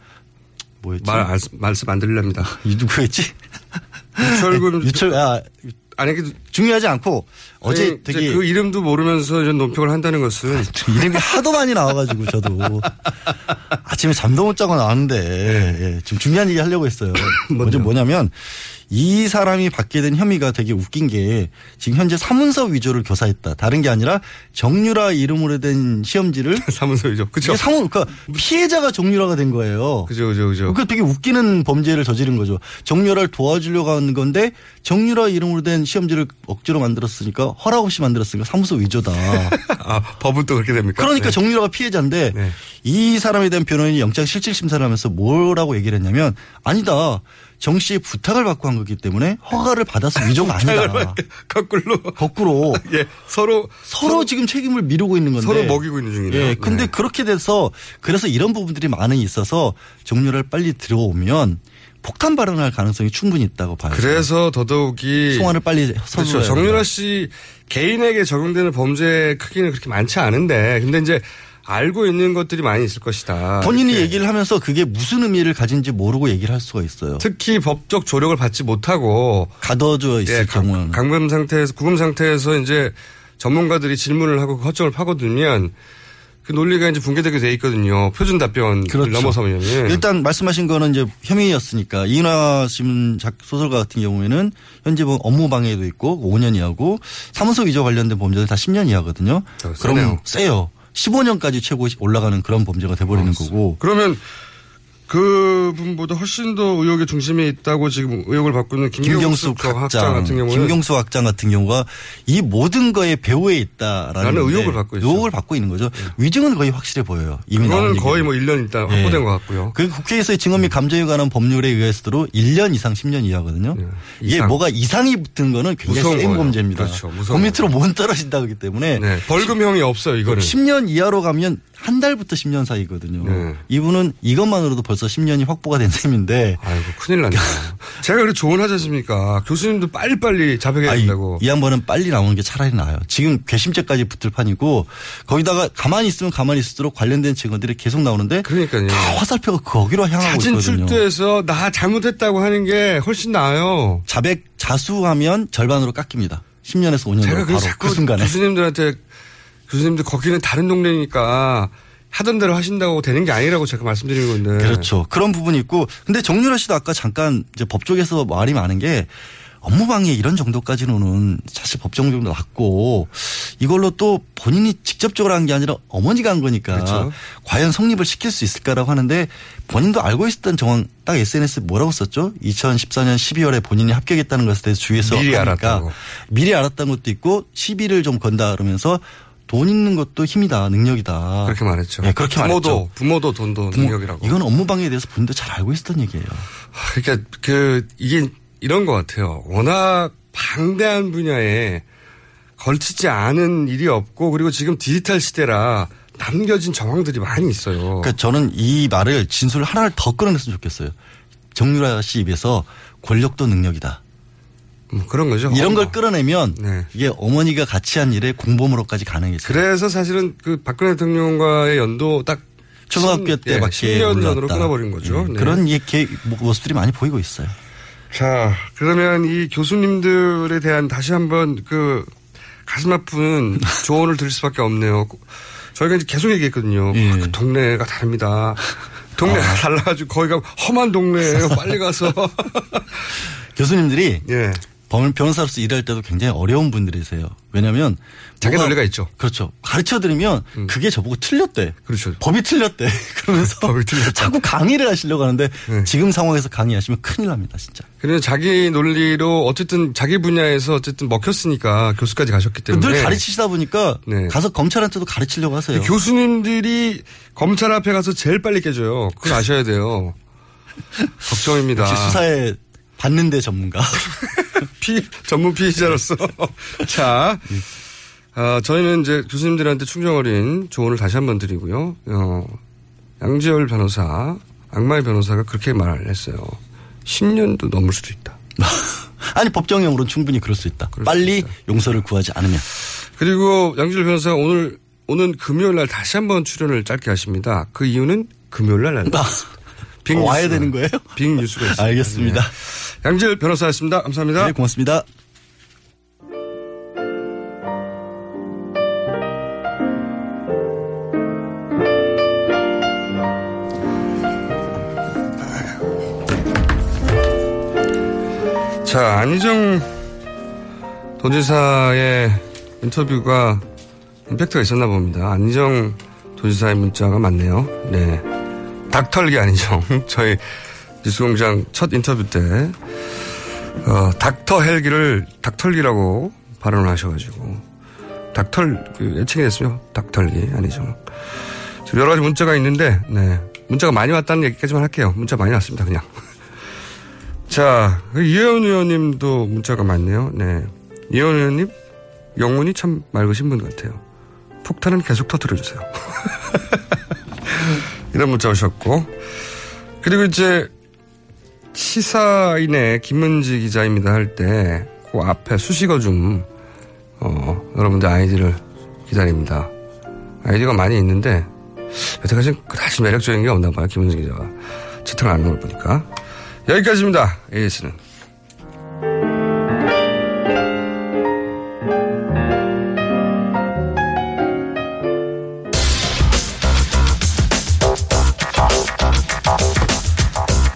Speaker 7: 뭐였지?
Speaker 3: 말 안- 말씀 안 드리랍니다.
Speaker 7: 이 누구였지?
Speaker 3: 유철군
Speaker 7: 유철 아
Speaker 3: 아니 그
Speaker 7: 중요하지 않고 어제
Speaker 3: 아니, 그- 이제
Speaker 7: 되게
Speaker 3: 그 이름도 모르면서 이런 논평을 한다는 것은
Speaker 7: 이름이 하도 많이 나와가지고 저도 아침에 잠도 못 자고 나왔는데 예, 지금 중요한 얘기 하려고 했어요. 먼저 뭐냐면 이 사람이 받게 된 혐의가 되게 웃긴 게 지금 현재 사문서 위조를 교사했다. 다른 게 아니라 정유라 이름으로 된 시험지를
Speaker 3: 사문서 위조. 그죠?
Speaker 7: 사문 그러니까 피해자가 정유라가 된 거예요.
Speaker 3: 그죠, 그죠, 그죠.
Speaker 7: 그러니까 되게 웃기는 범죄를 저지른 거죠. 정유라를 도와주려고 하는 건데 정유라 이름으로 된 시험지를 억지로 만들었으니까 허락 없이 만들었으니까 사문서 위조다.
Speaker 3: 아, 법은 또 그렇게 됩니까?
Speaker 7: 그러니까
Speaker 3: 네.
Speaker 7: 정유라가 피해자인데 이 사람에 대한 변호인이 영장 실질 심사를 하면서 뭐라고 얘기를 했냐면 아니다. 정 씨의 부탁을 받고 한 거기 때문에 허가를 받아서 위조가 아니다.
Speaker 3: 거꾸로
Speaker 7: 거꾸로
Speaker 3: 예 서로
Speaker 7: 서로 지금 책임을 미루고 있는 건데
Speaker 3: 서로 먹이고 있는 중이네요.
Speaker 7: 예, 근데 그렇게 돼서 그래서 이런 부분들이 많이 있어서 정유라를 빨리 들어오면 폭탄 발언할 가능성이 충분히 있다고 봐요.
Speaker 3: 그래서 더더욱이
Speaker 7: 송환을 빨리
Speaker 3: 그렇죠.
Speaker 7: 서둘러야
Speaker 3: 정유라 씨 개인에게 적용되는 범죄 크기는 그렇게 많지 않은데 근데 이제 알고 있는 것들이 많이 있을 것이다.
Speaker 7: 본인이 얘기를 하면서 그게 무슨 의미를 가진지 모르고 얘기를 할 수가 있어요.
Speaker 3: 특히 예, 법적 조력을 받지 못하고
Speaker 7: 가둬져 있을 경우는
Speaker 3: 감금 상태에서 구금 상태에서 이제 전문가들이 질문을 하고 그 허점을 파고들면 그 논리가 이제 붕괴되게 돼 있거든요. 표준 답변을 넘어서면
Speaker 7: 그렇죠.
Speaker 3: 예.
Speaker 7: 일단 말씀하신 거는 이제 혐의였으니까 이인화 씨 작- 소설가 같은 경우에는 현재 뭐 업무 방해도 있고 뭐 5년 이하고 사문서 위조 관련된 범죄는 다 10년 이하거든요.
Speaker 3: 어, 세네요. 어,
Speaker 7: 그럼 세요. 15년까지 최고 올라가는 그런 범죄가 돼버리는 거고.
Speaker 3: 그러면 그분보다 훨씬 더 의혹의 중심에 있다고 지금 의혹을 받고 있는 김경수,
Speaker 7: 김경수
Speaker 3: 저 학장,
Speaker 7: 학장
Speaker 3: 같은 경우는
Speaker 7: 김경수 학장 같은 경우가 이 모든 거에 배후에 있다라는
Speaker 3: 라는
Speaker 7: 건데
Speaker 3: 의혹을 받고 있죠. 네.
Speaker 7: 의혹을 받고 있는 거죠. 위증은 거의 확실해 보여요. 이미
Speaker 3: 그거는
Speaker 7: 나온
Speaker 3: 거의
Speaker 7: 얘기는.
Speaker 3: 뭐 1년 있다
Speaker 7: 예.
Speaker 3: 확보된 것 같고요.
Speaker 7: 그 국회에서의 증언 및 감정에 관한 법률에 의해서도 1년 이상 10년 이하거든요. 이게
Speaker 3: 예. 이상.
Speaker 7: 뭐가 이상이 붙은 거는 굉장히
Speaker 3: 무서운
Speaker 7: 센
Speaker 3: 거예요.
Speaker 7: 범죄입니다.
Speaker 3: 그렇죠.
Speaker 7: 그
Speaker 3: 무서운
Speaker 7: 밑으로 못 떨어진다 그러기 때문에
Speaker 3: 네, 벌금형이 없어요,
Speaker 7: 그
Speaker 3: 이거는.
Speaker 7: 10년 이하로 가면 한 달부터 10년 사이거든요.
Speaker 3: 네.
Speaker 7: 이분은 이것만으로도 벌써 10년이 확보가 된 셈인데
Speaker 3: 아이고 큰일 났네요. 제가 그래 조언하지 않습니까? 교수님도 빨리빨리 자백해야 된다고.
Speaker 7: 이 양반은 빨리 나오는 게 차라리 나아요. 지금 괘씸죄까지 붙을 판이고 거기다가 가만히 있으면 가만히 있을수록 관련된 증언들이 계속 나오는데
Speaker 3: 다
Speaker 7: 화살표가 거기로 향하고
Speaker 3: 사진
Speaker 7: 있거든요.
Speaker 3: 출두해서 나 잘못했다고 하는 게 훨씬 나아요.
Speaker 7: 자백 자수하면 절반으로 깎입니다. 10년에서 5년으로
Speaker 3: 제가
Speaker 7: 바로
Speaker 3: 그래서 자꾸
Speaker 7: 그 순간에.
Speaker 3: 교수님들한테 교수님들 거기는 다른 동네니까 하던 대로 하신다고 되는 게 아니라고 제가 말씀드리는 건데.
Speaker 7: 그렇죠. 그런 부분이 있고 근데 정유라 씨도 아까 잠깐 이제 법 쪽에서 말이 많은 게 업무방해 이런 정도까지는 사실 법정적으로 낮고 이걸로 또 본인이 직접적으로 한 게 아니라 어머니가 한 거니까
Speaker 3: 그렇죠.
Speaker 7: 과연 성립을 시킬 수 있을까라고 하는데 본인도 알고 있었던 정황 딱 SNS 에 뭐라고 썼죠? 2014년 12월에 본인이 합격했다는 것에 대해서 주위에서
Speaker 3: 미리
Speaker 7: 하니까
Speaker 3: 알았다고.
Speaker 7: 미리 알았다는 것도 있고 시비를 좀 건다 그러면서 돈 있는 것도 힘이다 능력이다
Speaker 3: 그렇게 말했죠.
Speaker 7: 네, 그렇게
Speaker 3: 부모도
Speaker 7: 말했죠.
Speaker 3: 부모도 돈도
Speaker 7: 부모-
Speaker 3: 능력이라고.
Speaker 7: 뭐 이건 업무 방해에 대해서 본인도 잘 알고 있었던 얘기예요.
Speaker 3: 그러니까 그 이게 이런 것 같아요. 워낙 방대한 분야에 걸치지 않은 일이 없고 그리고 지금 디지털 시대라 남겨진 정황들이 많이 있어요.
Speaker 7: 그러니까 저는 이 말을 진술 하나를 더 끌어냈으면 좋겠어요. 정유라 씨 입에서 권력도 능력이다.
Speaker 3: 그런 거죠.
Speaker 7: 이런
Speaker 3: 어,
Speaker 7: 걸 끌어내면 이게 어머니가 같이 한 일에 공범으로까지 가능해져요.
Speaker 3: 그래서 사실은 그 박근혜 대통령과의 연도 딱
Speaker 7: 초등학교
Speaker 3: 십- 예,
Speaker 7: 때밖에
Speaker 3: 10년 전으로
Speaker 7: 몰랐다.
Speaker 3: 끊어버린 거죠.
Speaker 7: 예,
Speaker 3: 네.
Speaker 7: 그런 이렇게 모습들이 많이 보이고 있어요.
Speaker 3: 자, 그러면 이 교수님들에 대한 다시 한번 그 가슴 아픈 조언을 드릴 수밖에 없네요. 저희가 이제 계속 얘기했거든요.
Speaker 7: 예.
Speaker 3: 아, 그 동네가 다릅니다. 동네가
Speaker 7: 아.
Speaker 3: 달라가지고 거기가 험한 동네예요. 빨리 가서 예.
Speaker 7: 교수님들이 범- 변호사로서 일할 때도 굉장히 어려운 분들이세요. 왜냐하면
Speaker 3: 자기
Speaker 7: 뭐가-
Speaker 3: 논리가 있죠.
Speaker 7: 그렇죠. 가르쳐 드리면 그게 저보고 틀렸대.
Speaker 3: 그렇죠.
Speaker 7: 법이 틀렸대. 그러면서 자꾸 강의를 하시려고 하는데 지금 상황에서 강의하시면 큰일 납니다, 진짜.
Speaker 3: 그래서 자기 논리로 어쨌든 자기 분야에서 어쨌든 먹혔으니까 교수까지 가셨기 때문에
Speaker 7: 늘 가르치시다 보니까 가서 검찰한테도 가르치려고 하세요.
Speaker 3: 교수님들이 검찰 앞에 가서 제일 빨리 깨져요. 그걸 아셔야 돼요. 걱정입니다.
Speaker 7: 역시 수사에 받는데 전문가.
Speaker 3: 피, 전문 피의자로서. 자, 아, 저희는 이제 교수님들한테 충정 어린 조언을 다시 한번 드리고요. 어, 양지열 변호사, 악마의 변호사가 그렇게 말을 했어요. 10년도 넘을 수도 있다.
Speaker 7: 아니 법정형으로는 충분히 그럴 수 있다. 빨리 용서를 구하지 않으면.
Speaker 3: 그리고 양지열 변호사가 오늘, 오는 금요일 날 다시 한번 출연을 짧게 하십니다. 그 이유는 금요일 날 날짜.
Speaker 7: 아, 와야 되는 거예요?
Speaker 3: 빅뉴스가 있습니다.
Speaker 7: 알겠습니다.
Speaker 3: 네. 양지열 변호사였습니다. 감사합니다.
Speaker 7: 네, 고맙습니다.
Speaker 3: 자, 안희정 도지사의 인터뷰가 임팩트가 있었나 봅니다. 안희정 도지사의 문자가 맞네요. 네. 닥털기 안희정. 저희 뉴스공장 첫 인터뷰 때, 어, 닥터 헬기를 닥털기라고 발언을 하셔가지고, 닥털, 그 애칭이 됐어요. 닥털기 안희정. 지금 여러 가지 문자가 있는데, 네. 문자가 많이 왔다는 얘기까지만 할게요. 문자 많이 왔습니다, 그냥. 자, 그 이혜원 의원님도 문자가 많네요. 네. 이혜원 의원님, 영혼이 참 맑으신 분 같아요. 폭탄은 계속 터뜨려주세요. 이런 문자 오셨고. 그리고 이제 시사인의 김은지 기자입니다 할 때 그 앞에 수식어 좀, 어, 여러분들 아이디를 기다립니다. 아이디가 많이 있는데 여태까지 그다지 매력적인 게 없나 봐요. 김은지 기자가. 채택을 안 하는 걸 보니까. 여기까지입니다. AS는.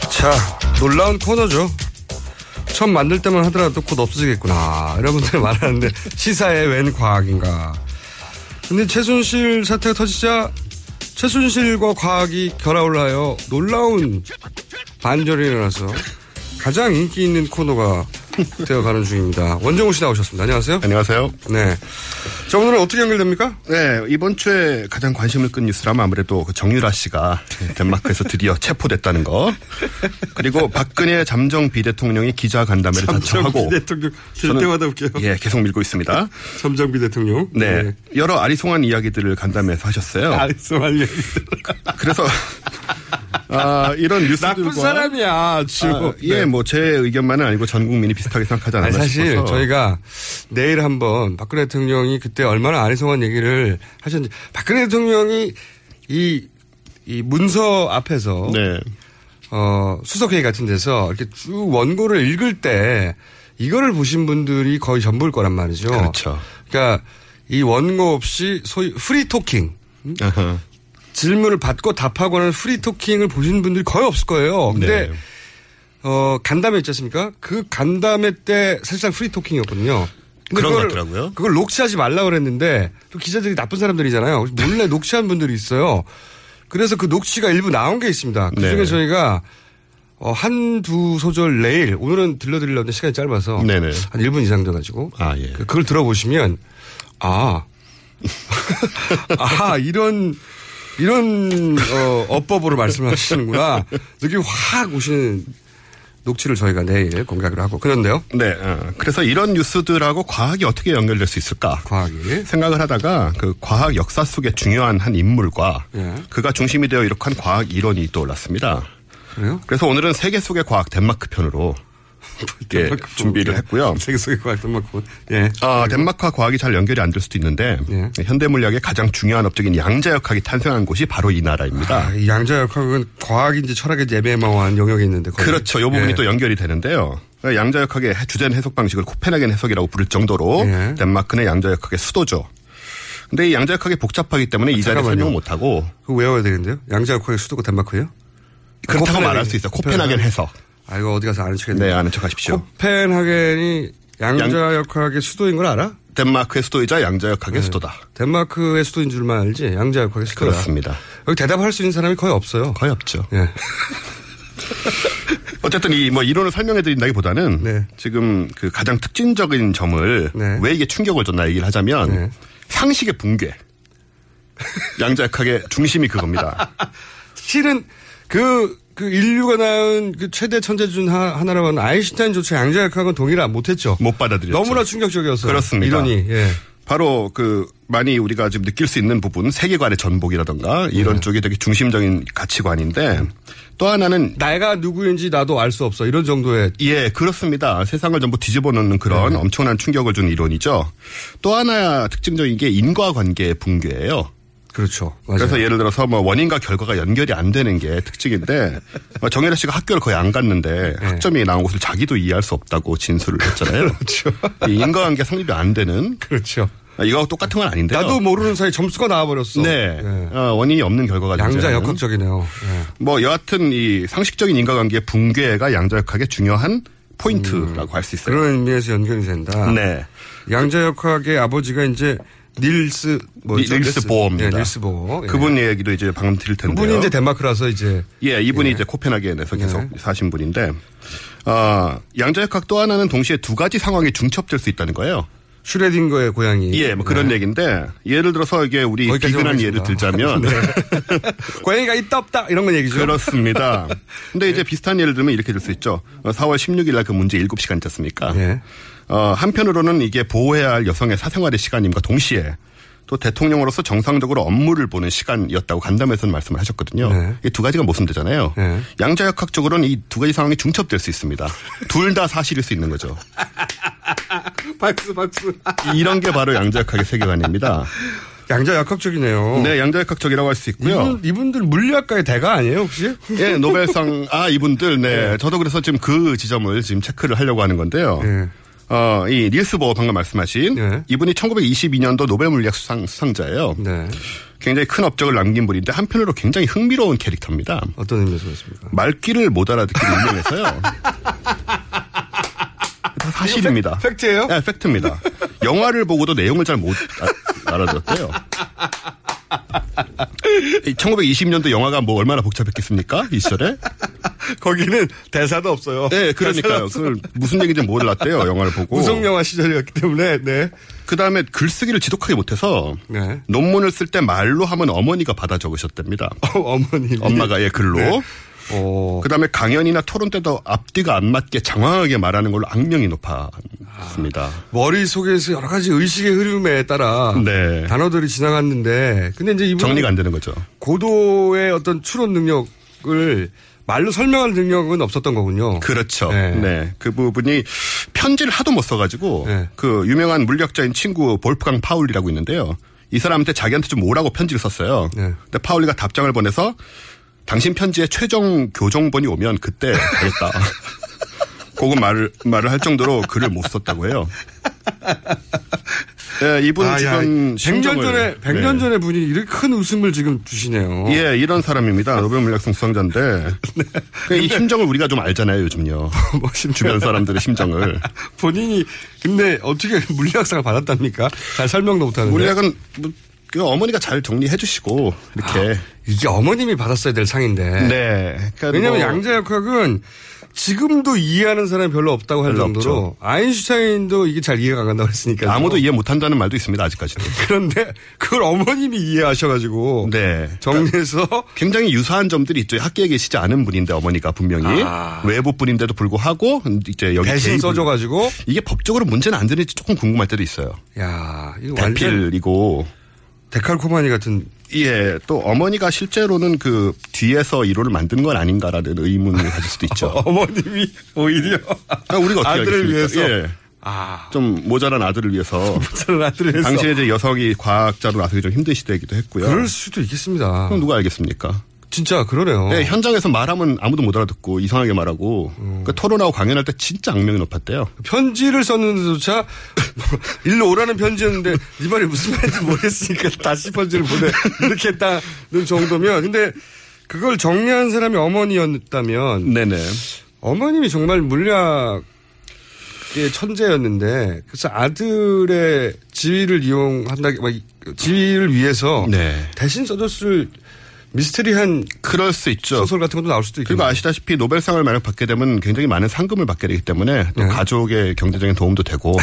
Speaker 3: 자, 놀라운 코너죠. 처음 만들 때만 하더라도 곧 없어지겠구나. 여러분들 말하는데 시사에 웬 과학인가. 근데 최순실 사태가 터지자 최순실과 과학이 결하올라요 놀라운 반전이 일어나서 가장 인기 있는 코너가 되어가는 중입니다. 원정우 씨 나오셨습니다. 안녕하세요.
Speaker 4: 안녕하세요.
Speaker 3: 네. 저 오늘은 어떻게 연결됩니까?
Speaker 4: 네, 이번 주에 가장 관심을 끈 뉴스라면 아무래도 그 정유라 씨가 덴마크에서 드디어 체포됐다는 거. 그리고 박근혜 잠정 비대통령이 기자 간담회를
Speaker 3: 잠정
Speaker 4: 자처하고.
Speaker 3: 비대통령. 쉴 때마다 웃겨요.
Speaker 4: 예, 계속 밀고 있습니다.
Speaker 3: 잠정 비대통령.
Speaker 4: 네. 여러 아리송한 이야기들을 간담회에서 하셨어요.
Speaker 3: 아리송한 이야기
Speaker 4: 그래서 아, 이런 뉴스들과
Speaker 3: 나쁜 사람이야, 주.
Speaker 4: 아, 예,
Speaker 3: 네.
Speaker 4: 뭐 제 의견만은 아니고 전 국민이 비슷하게 생각하지 않았나
Speaker 3: 아니, 사실
Speaker 4: 싶어서.
Speaker 3: 저희가 내일 한번 박근혜 대통령이 그때 얼마나 아리송한 얘기를 하셨는지 박근혜 대통령이 이, 이 문서 앞에서
Speaker 4: 네.
Speaker 3: 어, 수석회의 같은 데서 이렇게 쭉 원고를 읽을 때 이거를 보신 분들이 거의 전부일 거란 말이죠.
Speaker 4: 그렇죠.
Speaker 3: 그러니까 이 원고 없이 소위 프리 토킹. 질문을 받고 답하고 하는 프리 토킹을 보신 분들이 거의 없을 거예요. 근데
Speaker 4: 네.
Speaker 3: 어, 간담회 있지 않습니까? 그 간담회 때 사실상 프리 토킹이었거든요. 근데
Speaker 4: 그런 것
Speaker 3: 그걸-
Speaker 4: 같더라고요.
Speaker 3: 그걸 녹취하지 말라 그랬는데 또 기자들이 나쁜 사람들이잖아요. 몰래 녹취한 분들이 있어요. 그래서 그 녹취가 일부 나온 게 있습니다. 그 중에
Speaker 4: 네.
Speaker 3: 저희가 어, 한두 소절 내일 오늘은 들려드리려고 했는데 시간이 짧아서
Speaker 4: 네네.
Speaker 3: 한 1분 이상 돼가지고
Speaker 4: 아, 예.
Speaker 3: 그- 그걸 들어보시면 아, 아 이런 이런 어, 어법으로 말씀하시는구나 느낌 확 오시는 녹취를 저희가 내일 공개하기로 하고 그런데요.
Speaker 4: 네. 어, 그래서 이런 뉴스들하고 과학이 어떻게 연결될 수 있을까?
Speaker 3: 과학이
Speaker 4: 생각을 하다가 그 과학 역사 속의 중요한 한 인물과
Speaker 3: 예.
Speaker 4: 그가 중심이 되어 이렇게 한 과학 이론이 떠올랐습니다.
Speaker 3: 그래요?
Speaker 4: 그래서 오늘은 세계 속의 과학 덴마크 편으로 예, 준비를 했고요.
Speaker 3: 세계 속의 과학 덴마크. 예.
Speaker 4: 어. 아, 예, 덴마크와 과학이 잘 연결이 안 될 수도 있는데 현대 물리학의 가장 중요한 업적인 양자역학이 탄생한 곳이 바로 이 나라입니다.
Speaker 3: 아, 이 양자역학은 과학인지 철학인지 애매모호한 영역이 있는데 거의.
Speaker 4: 그렇죠. 요 부분이
Speaker 3: 예.
Speaker 4: 또 연결이 되는데요. 어, 양자역학의 주된 해석 방식을 코펜하겐 해석이라고 부를 정도로
Speaker 3: 예.
Speaker 4: 덴마크는 양자역학의 수도죠. 근데 이 양자역학이 복잡하기 때문에 이그 자리에
Speaker 3: 잠깐만요.
Speaker 4: 설명을 못하고
Speaker 3: 그거 외워야 되겠는데요? 양자역학의 수도가 덴마크예요?
Speaker 4: 그렇다고 말할 수 있어요. 코펜하겐 해석.
Speaker 3: 아 이거 어디 가서 아는 척했네.
Speaker 4: 네, 아는 척 하십시오.
Speaker 3: 코펜하겐이 양자역학의 수도인 걸 알아?
Speaker 4: 덴마크의 수도이자 양자역학의 수도다.
Speaker 3: 덴마크의 수도인 줄만 알지 양자역학의 수도다.
Speaker 4: 네. 그렇습니다.
Speaker 3: 여기 대답할 수 있는 사람이 거의 없어요.
Speaker 4: 거의 없죠.
Speaker 3: 예.
Speaker 4: 어쨌든 이 뭐 이론을 설명해 드린다기보다는 지금 그 가장 특징적인 점을 왜 이게 충격을 줬나 얘기를 하자면 상식의 붕괴. 양자역학의 중심이 그겁니다.
Speaker 3: 실은 그, 그 인류가 낳은 그 최대 천재 중 하- 하나라고는 아인슈타인조차 양자역학은 동의를 못했죠.
Speaker 4: 못 받아들였죠.
Speaker 3: 너무나 충격적이어서.
Speaker 4: 그렇습니다.
Speaker 3: 이론이. 예.
Speaker 4: 바로 그 많이 우리가 지금 느낄 수 있는 부분 세계관의 전복이라던가
Speaker 3: 네.
Speaker 4: 이런 쪽이 되게 중심적인 가치관인데 또 하나는
Speaker 3: 내가 누구인지 나도 알 수 없어 이런 정도의 네.
Speaker 4: 예 그렇습니다 세상을 전부 뒤집어놓는 그런 엄청난 충격을 준 이론이죠 또 하나 특징적인 게 인과관계의 붕괴예요
Speaker 3: 그렇죠
Speaker 4: 그래서 예를 들어서 뭐 원인과 결과가 연결이 안 되는 게 특징인데 뭐 정혜라 씨가 학교를 거의 안 갔는데 학점이 나온 것을 자기도 이해할 수 없다고 진술을 했잖아요 그렇죠 인과관계 성립이 안 되는 아,
Speaker 3: 그렇죠
Speaker 4: 이거하고 똑같은 건 아닌데요
Speaker 3: 나도 모르는 사이 점수가 나와버렸어. 예.
Speaker 4: 네. 어, 원인이 없는 결과가 존재하는.
Speaker 3: 양자역학적이네요. 예.
Speaker 4: 뭐 여하튼 이 상식적인 인과관계의 붕괴가 양자역학의 중요한 포인트라고 할 수 있어요.
Speaker 3: 그런 의미에서 연결이 된다.
Speaker 4: 네.
Speaker 3: 양자역학의 아버지가 이제 닐스 뭐죠?
Speaker 4: 닐스 보어입니다.
Speaker 3: 네, 닐스 보어. 예.
Speaker 4: 그분 얘기도 이제 방금 드릴 텐데요.
Speaker 3: 그분이 이제 덴마크라서 이제 네.
Speaker 4: 예, 이분이 이제 코펜하겐에서 계속 사신 분인데 아, 양자역학 또 하나는 동시에 두 가지 상황이 중첩될 수 있다는 거예요.
Speaker 3: 슈레딩거의 고양이. 네.
Speaker 4: 예, 뭐 그런 얘기인데 예를 들어서 이게 우리 비근한 예를 들자면
Speaker 3: 네. 고양이가 있다 없다 이런 건 얘기죠. 네.
Speaker 4: 그렇습니다. 근데 이제 비슷한 예를 들면 이렇게 될 수 있죠. 어, 4월 16일 날 그 문제 7시간 있지 않습니까?
Speaker 3: 네.
Speaker 4: 어, 한편으로는 이게 보호해야 할 여성의 사생활의 시간임과 동시에 또 대통령으로서 정상적으로 업무를 보는 시간이었다고 간담회에서는 말씀을 하셨거든요.
Speaker 3: 네.
Speaker 4: 이 두 가지가 모순되잖아요. 양자역학적으로는 이 두 가지 상황이 중첩될 수 있습니다. 둘 다 사실일 수 있는 거죠.
Speaker 3: 박수 박수.
Speaker 4: 이런 게 바로 양자역학의 세계관입니다.
Speaker 3: 양자역학적이네요.
Speaker 4: 네, 양자역학적이라고 할 수 있고요.
Speaker 3: 이분, 이분들 물리학과의 대가 아니에요 혹시?
Speaker 4: 예, 노벨상 아 이분들 네. 저도 그래서 지금 그 지점을 지금 체크를 하려고 하는 건데요.
Speaker 3: 예.
Speaker 4: 어, 이 닐스 보어 방금 말씀하신 이분이 1922년도 노벨 물리학 수상 수상자예요.
Speaker 3: 네.
Speaker 4: 굉장히 큰 업적을 남긴 분인데 한편으로 굉장히 흥미로운 캐릭터입니다.
Speaker 3: 어떤 의미에서 그렇습니까?
Speaker 4: 말귀를 못 알아듣기로 유명해서요. 다 사실입니다.
Speaker 3: 팩트예요?
Speaker 4: 네,
Speaker 7: 아,
Speaker 4: 팩트입니다. 영화를 보고도 내용을 잘 못 알아들었대요.
Speaker 7: 1920년도 영화가 뭐 얼마나 복잡했겠습니까? 이 시절에?
Speaker 3: 거기는 대사도 없어요.
Speaker 7: 네, 그러니까요.
Speaker 3: 대사도
Speaker 7: 그걸 무슨 얘기인지 몰랐대요, 영화를 보고.
Speaker 3: 무성 영화 시절이었기 때문에, 네.
Speaker 7: 그 다음에 글쓰기를 지독하게 못해서
Speaker 3: 네.
Speaker 7: 논문을 쓸 때 말로 하면 어머니가 받아 적으셨답니다.
Speaker 3: 어머니.
Speaker 7: 엄마가 예, 글로.
Speaker 3: 네. 오.
Speaker 7: 그 다음에 강연이나 토론 때도 앞뒤가 안 맞게 장황하게 말하는 걸로 악명이 높았습니다.
Speaker 3: 머릿속에서 여러 가지 의식의 흐름에 따라
Speaker 7: 네.
Speaker 3: 단어들이 지나갔는데 근데 이제 이분
Speaker 7: 정리가 안 되는 거죠.
Speaker 3: 고도의 어떤 추론 능력을 말로 설명할 능력은 없었던 거군요.
Speaker 7: 그렇죠. 네. 그 부분이 편지를 하도 못 써가지고
Speaker 3: 네.
Speaker 7: 그 유명한 물리학자인 친구 볼프강 파울리라고 있는데요. 이 사람한테 자기한테 좀 오라고 편지를 썼어요.
Speaker 3: 네.
Speaker 7: 근데 파울리가 답장을 보내서 당신 편지에 최종 교정본이 오면 그때 하겠다. 그거 말을 말을 할 정도로 글을 못 썼다고 해요. 네, 이분
Speaker 3: 아, 야,
Speaker 7: 지금 네.
Speaker 3: 100년 전에 100년 전에 분이 이렇게 큰 웃음을 지금 주시네요. 네.
Speaker 7: 예, 이런 사람입니다. 노벨 물리학상 수상자인데. 그이 심정을 우리가 좀 알잖아요, 요즘요. 주변 사람들의 심정을.
Speaker 3: 본인이 근데 어떻게 물리학상을 받았답니까? 잘 설명도 못하는데.
Speaker 7: 물리학은 뭐, 그 어머니가 잘 정리해 주시고 이렇게
Speaker 3: 이게 어머님이 받았어야 될 상인데.
Speaker 7: 네. 그러니까
Speaker 3: 왜냐하면
Speaker 7: 뭐-
Speaker 3: 양자역학은 지금도 이해하는 사람이 별로 없다고 할
Speaker 7: 별로
Speaker 3: 정도로
Speaker 7: 없죠.
Speaker 3: 아인슈타인도 이게 잘 이해가 안 간다고 했으니까
Speaker 7: 아무도 이해 못한다는 말도 있습니다, 아직까지도.
Speaker 3: 그런데 그걸 어머님이 이해하셔가지고
Speaker 7: 네.
Speaker 3: 정리해서
Speaker 7: 굉장히 유사한 점들이 있죠. 학계에 계시지 않은 분인데 어머니가 분명히 외부 분인데도 불구하고 이제 여기
Speaker 3: 대신
Speaker 7: 개인 분-
Speaker 3: 아, 써줘가지고
Speaker 7: 이게 법적으로 문제는 안 되는지 조금 궁금할 때도 있어요.
Speaker 3: 야 이거 완전
Speaker 7: 대필이고
Speaker 3: 데칼코마니 같은
Speaker 7: 예, 또 어머니가 실제로는 그 뒤에서 이론을 만든 건 아닌가라는 의문을 가질 수도 있죠.
Speaker 3: 어머님이 오히려
Speaker 7: 우리가 어떻게
Speaker 3: 아들을
Speaker 7: 알겠습니까?
Speaker 3: 위해서? 아.
Speaker 7: 예. 좀 모자란 아들을 위해서
Speaker 3: 모자란 아들을 위해서.
Speaker 7: 당시에 이제 여성이 과학자로 나서기 좀 힘든 시대이기도 했고요.
Speaker 3: 그럴 수도 있겠습니다.
Speaker 7: 그럼 누가 알겠습니까?
Speaker 3: 진짜 그러네요.
Speaker 7: 네, 현장에서 말하면 아무도 못 알아듣고 이상하게 말하고 그러니까 토론하고 강연할 때 진짜 악명이 높았대요.
Speaker 3: 음. 편지를 썼는데조차 일로 오라는 편지였는데 이 말이 무슨 말인지 모르겠으니까 다시 편지를 보내 이렇게 했다는 정도면 근데 그걸 정리한 사람이 어머니였다면
Speaker 7: 네네
Speaker 3: 어머님이 정말 물리학의 천재였는데 그래서 아들의 지위를 이용한다 막 지위를 위해서
Speaker 7: 네.
Speaker 3: 대신 써줬을 미스터리한
Speaker 7: 그럴 수 있죠.
Speaker 3: 소설 같은 것도 나올 수도 있고
Speaker 7: 그리고 아시다시피 노벨상을 만약 받게 되면 굉장히 많은 상금을 받게 되기 때문에
Speaker 3: 네.
Speaker 7: 또 가족의 경제적인 도움도 되고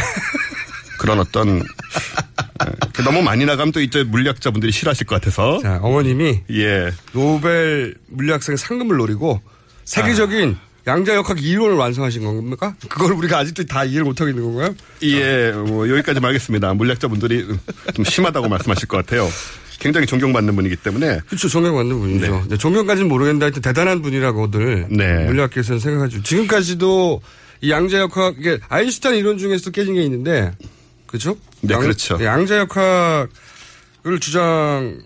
Speaker 7: 그런 어떤 예, 너무 많이 나가면 또 이제 물리학자분들이 싫어하실 것 같아서
Speaker 3: 자, 어머님이
Speaker 7: 예.
Speaker 3: 노벨 물리학상 상금을 노리고 세계적인
Speaker 7: 아.
Speaker 3: 양자역학 이론을 완성하신 겁니까? 그걸 우리가 아직도 다 이해를 못하고 있는 건가요?
Speaker 7: 예, 뭐 여기까지 말겠습니다. 물리학자분들이 좀 심하다고 말씀하실 것 같아요. 굉장히 존경받는 분이기 때문에
Speaker 3: 그렇죠. 존경받는 분이죠. 네, 존경까지는 모르겠는데 하여튼 대단한 분이라고들
Speaker 7: 네.
Speaker 3: 물리학계에서는 생각하죠. 지금까지도 이 양자역학, 이게 아인슈타인 이론 중에서도 깨진 게 있는데, 그렇죠?
Speaker 7: 네, 그렇죠.
Speaker 3: 양자역학을 주장,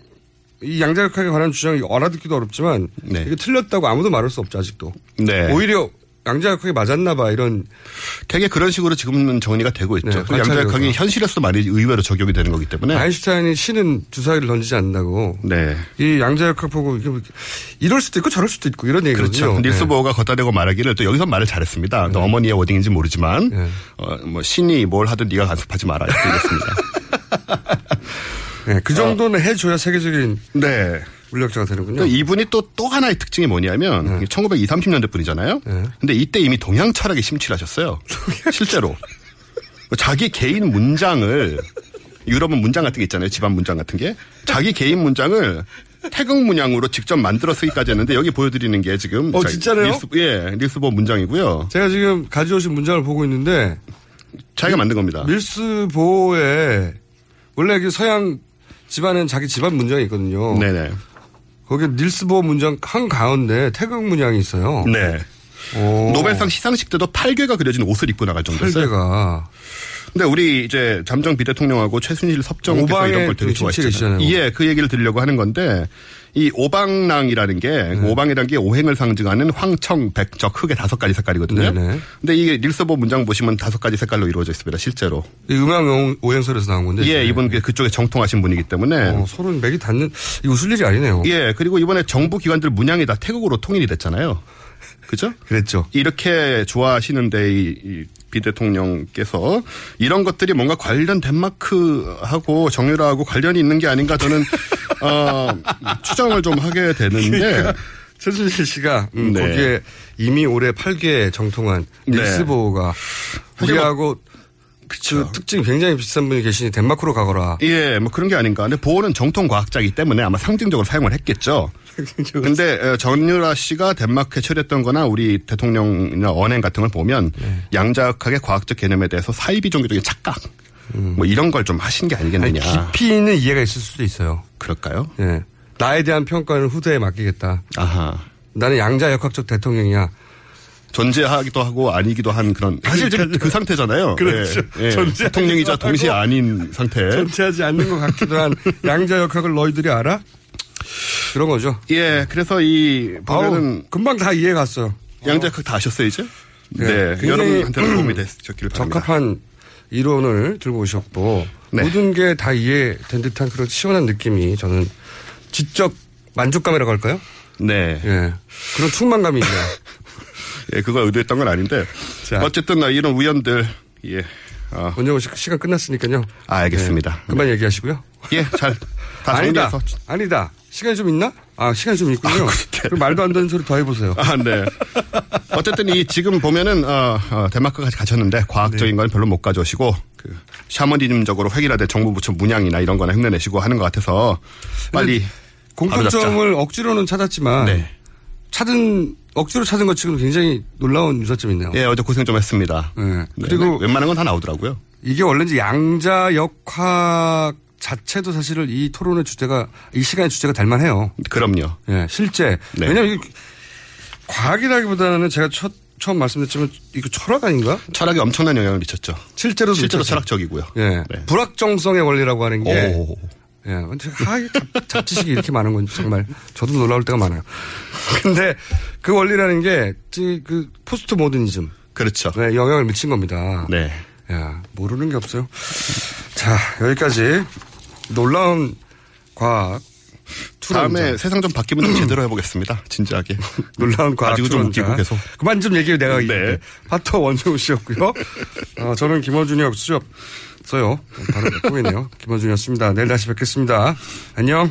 Speaker 3: 이 양자역학에 관한 주장이 알아듣기도 어렵지만, 이게 틀렸다고 아무도 말할 수 없죠, 아직도.
Speaker 7: 네.
Speaker 3: 오히려 양자역학이 맞았나 봐, 이런.
Speaker 7: 되게 그런 식으로 지금은 정리가 되고 있죠. 그리고 양자역학이 현실에서도 많이 의외로 적용이 되는 거기 때문에
Speaker 3: 네, 아인슈타인이 신은 주사위를 던지지 않는다고.
Speaker 7: 네.
Speaker 3: 이 양자역학 보고 이게 뭐 이럴 수도 있고 저럴 수도 있고 이런 얘기거든요.
Speaker 7: 그렇죠. 닐스
Speaker 3: 네.
Speaker 7: 보어가 걷다 대고 말하기를 또 여기서 말을 잘했습니다. 또 어머니의 워딩인지 모르지만
Speaker 3: 네.
Speaker 7: 어, 뭐 신이 뭘 하든 네가 간섭하지 마라 이렇게 얘기했습니다.
Speaker 3: 네, 그 정도는 해줘야 세계적인
Speaker 7: 어. 네.
Speaker 3: 물리학자가 되는군요.
Speaker 7: 또 이분이 또 또 하나의 특징이 뭐냐면 1920, 30년대 분이잖아요. 근데 이때 이미 동양 철학에 심취하셨어요. 실제로 뭐 자기 개인 문장을 유럽은 문장 같은 게 있잖아요. 집안 문장 같은 게 자기 개인 문장을 태극 문양으로 직접 만들어 쓰기까지 했는데 여기 보여드리는 게 지금
Speaker 3: 어,
Speaker 7: 자,
Speaker 3: 진짜네요?
Speaker 7: 닐스, 예, 닐스보 문장이고요.
Speaker 3: 어. 제가 지금 가져오신 문장을 보고 있는데
Speaker 7: 자기가 만든 겁니다.
Speaker 3: 밀스 보호에 원래 그 서양 집안은 자기 집안 문장이 있거든요.
Speaker 7: 네네.
Speaker 3: 거기에 닐스 보호 문장 한 가운데 태극 문양이 있어요.
Speaker 7: 네.
Speaker 3: 오.
Speaker 7: 노벨상 시상식 때도 팔괘가 그려진 옷을 입고 나갈 정도였어요.
Speaker 3: 팔괘가.
Speaker 7: 근데 우리 이제 잠정 비대통령하고 최순실 섭정께서
Speaker 3: 오방의
Speaker 7: 이런 걸 되게
Speaker 3: 그
Speaker 7: 좋아하시잖아요.
Speaker 3: 정치계시잖아요.
Speaker 7: 예, 그 얘기를 드리려고 하는 건데 이 오방랑이라는 게 오방이라는 게 오행을 상징하는 황청, 백적, 흑의 다섯 가지 색깔이거든요.
Speaker 3: 네네.
Speaker 7: 근데 이게 릴서보 문장 보시면 다섯 가지 색깔로 이루어져 있습니다. 실제로.
Speaker 3: 네. 이 음악 오행설에서 나온 건데.
Speaker 7: 예, 이분 그- 그쪽에 정통하신 분이기 때문에
Speaker 3: 어, 서로 맥이 닿는 이 웃을 일이 아니네요.
Speaker 7: 예, 그리고 이번에 정부 기관들 문양이 다 태국으로 통일이 됐잖아요. 그죠?
Speaker 3: 그랬죠.
Speaker 7: 이렇게 좋아하시는데 이, 이 비대통령께서 이런 것들이 뭔가 관련 덴마크하고 정유라하고 관련이 있는 게 아닌가 저는 어, 추정을 좀 하게 되는데
Speaker 3: 그러니까 최순실 씨가 음,
Speaker 7: 네.
Speaker 3: 거기에 이미 올해 8개 정통한
Speaker 7: 네.
Speaker 3: 닉스보호가
Speaker 7: 사실 뭐-
Speaker 3: 우리하고 그 특징이 굉장히 비슷한 분이 계시니 덴마크로 가거라.
Speaker 7: 예, 뭐 그런 게 아닌가. 근데 보호는 정통 과학자이기 때문에 아마 상징적으로 사용을 했겠죠. 근데 에, 정유라 씨가 덴마크에 처리했던 거나 우리 대통령이나 언행 같은 걸 보면
Speaker 3: 네.
Speaker 7: 양자역학의 과학적 개념에 대해서 사이비 종교적인 착각
Speaker 4: 음.
Speaker 7: 뭐 이런 걸 좀 하신 게 아니겠느냐.
Speaker 3: 아니, 깊이 있는 이해가 있을 수도 있어요.
Speaker 7: 그럴까요?
Speaker 3: 예. 나에 대한 평가는 후대에 맡기겠다.
Speaker 7: 아하.
Speaker 3: 나는 양자 역학적 대통령이야.
Speaker 7: 존재하기도 하고 아니기도 한 그런 사실 지금 그 상태잖아요.
Speaker 3: 그러니까. 그렇죠.
Speaker 7: 예, 예.
Speaker 3: 존재하기도
Speaker 7: 대통령이자
Speaker 3: 하고
Speaker 7: 동시에 아닌 상태.
Speaker 3: 존재하지 않는 것 같기도 한 양자 역학을 너희들이 알아? 그런 거죠.
Speaker 7: 예, 그래서 이 보면은
Speaker 3: 금방 다 이해 갔어요.
Speaker 7: 양자역학 다 아셨어요 이제? 네,
Speaker 3: 굉장히
Speaker 7: 여러분한테는 도움이 됐었기를 바랍니다. 네.
Speaker 3: 적합한 이론을 들고 오셨고 모든 게 다 이해된 듯한 그런 시원한 느낌이 저는 지적 만족감이라고 할까요? 예.
Speaker 7: 네.
Speaker 3: 그런 충만감이 있네요.
Speaker 7: 예, 그거 의도했던 건 아닌데. 네. 어쨌든 나 이런 우연들 예. 어.
Speaker 3: 먼저 시간 끝났으니까요.
Speaker 7: 아, 알겠습니다.
Speaker 3: 그만 얘기하시고요.
Speaker 7: 예, 잘. 다
Speaker 3: 아니다.
Speaker 7: 정리해서.
Speaker 3: 아니다. 시간이 좀 있나? 아, 시간이 좀 있군요. 그럼 말도 안 되는 소리 더 해보세요.
Speaker 7: 아, 네. 어쨌든 이 지금 보면은 어, 어, 덴마크까지 가셨는데 과학적인 건 별로 못 가져오시고 그 샤머니즘적으로 획일화된 정부 부처 문양이나 이런 거나 흉내내시고 하는 것 같아서 빨리 바로잡자.
Speaker 3: 공통점을 억지로는 찾았지만
Speaker 7: 네.
Speaker 3: 찾은 억지로 찾은 것 치고는 굉장히 놀라운 유사점이네요.
Speaker 7: 예, 어제 고생 좀 했습니다.
Speaker 3: 네.
Speaker 7: 네.
Speaker 3: 그리고
Speaker 7: 웬만한 건 다 나오더라고요.
Speaker 3: 이게 원래인지 양자 역학 자체도 사실은 이 토론의 주제가 이 시간의 주제가 될만해요.
Speaker 7: 그럼요.
Speaker 3: 예, 실제
Speaker 7: 네.
Speaker 3: 왜냐하면 이게 과학이라기보다는 제가 첫, 처음 말씀드렸지만 이거 철학 아닌가?
Speaker 7: 철학이 엄청난 영향을 미쳤죠.
Speaker 3: 실제로도
Speaker 7: 실제로
Speaker 3: 미쳤죠.
Speaker 7: 철학적이고요. 네.
Speaker 3: 예, 불확정성의 원리라고 하는 게
Speaker 7: 오.
Speaker 3: 예, 근데 하, 잡- 잡지식이 이렇게 많은 건지 정말 저도 놀라울 때가 많아요. 근데 그 원리라는 게그 포스트 모더니즘
Speaker 7: 그렇죠.
Speaker 3: 네, 영향을 미친 겁니다.
Speaker 7: 네.
Speaker 3: 야, 예, 모르는 게 없어요. 자, 여기까지 놀라운 과학
Speaker 7: 다음에
Speaker 3: 투론장.
Speaker 7: 세상 좀 바뀌면 좀 제대로 해보겠습니다. 진지하게.
Speaker 3: 놀라운 과학
Speaker 7: 가지고 좀 웃기고
Speaker 3: 투론장.
Speaker 7: 계속.
Speaker 3: 그만 좀 얘기해 내가 네. 파터 원정우 씨였고요. 어, 저는 김원준이었어요. 바로 꼬이네요. 김원준이었습니다. 내일 다시 뵙겠습니다. 안녕.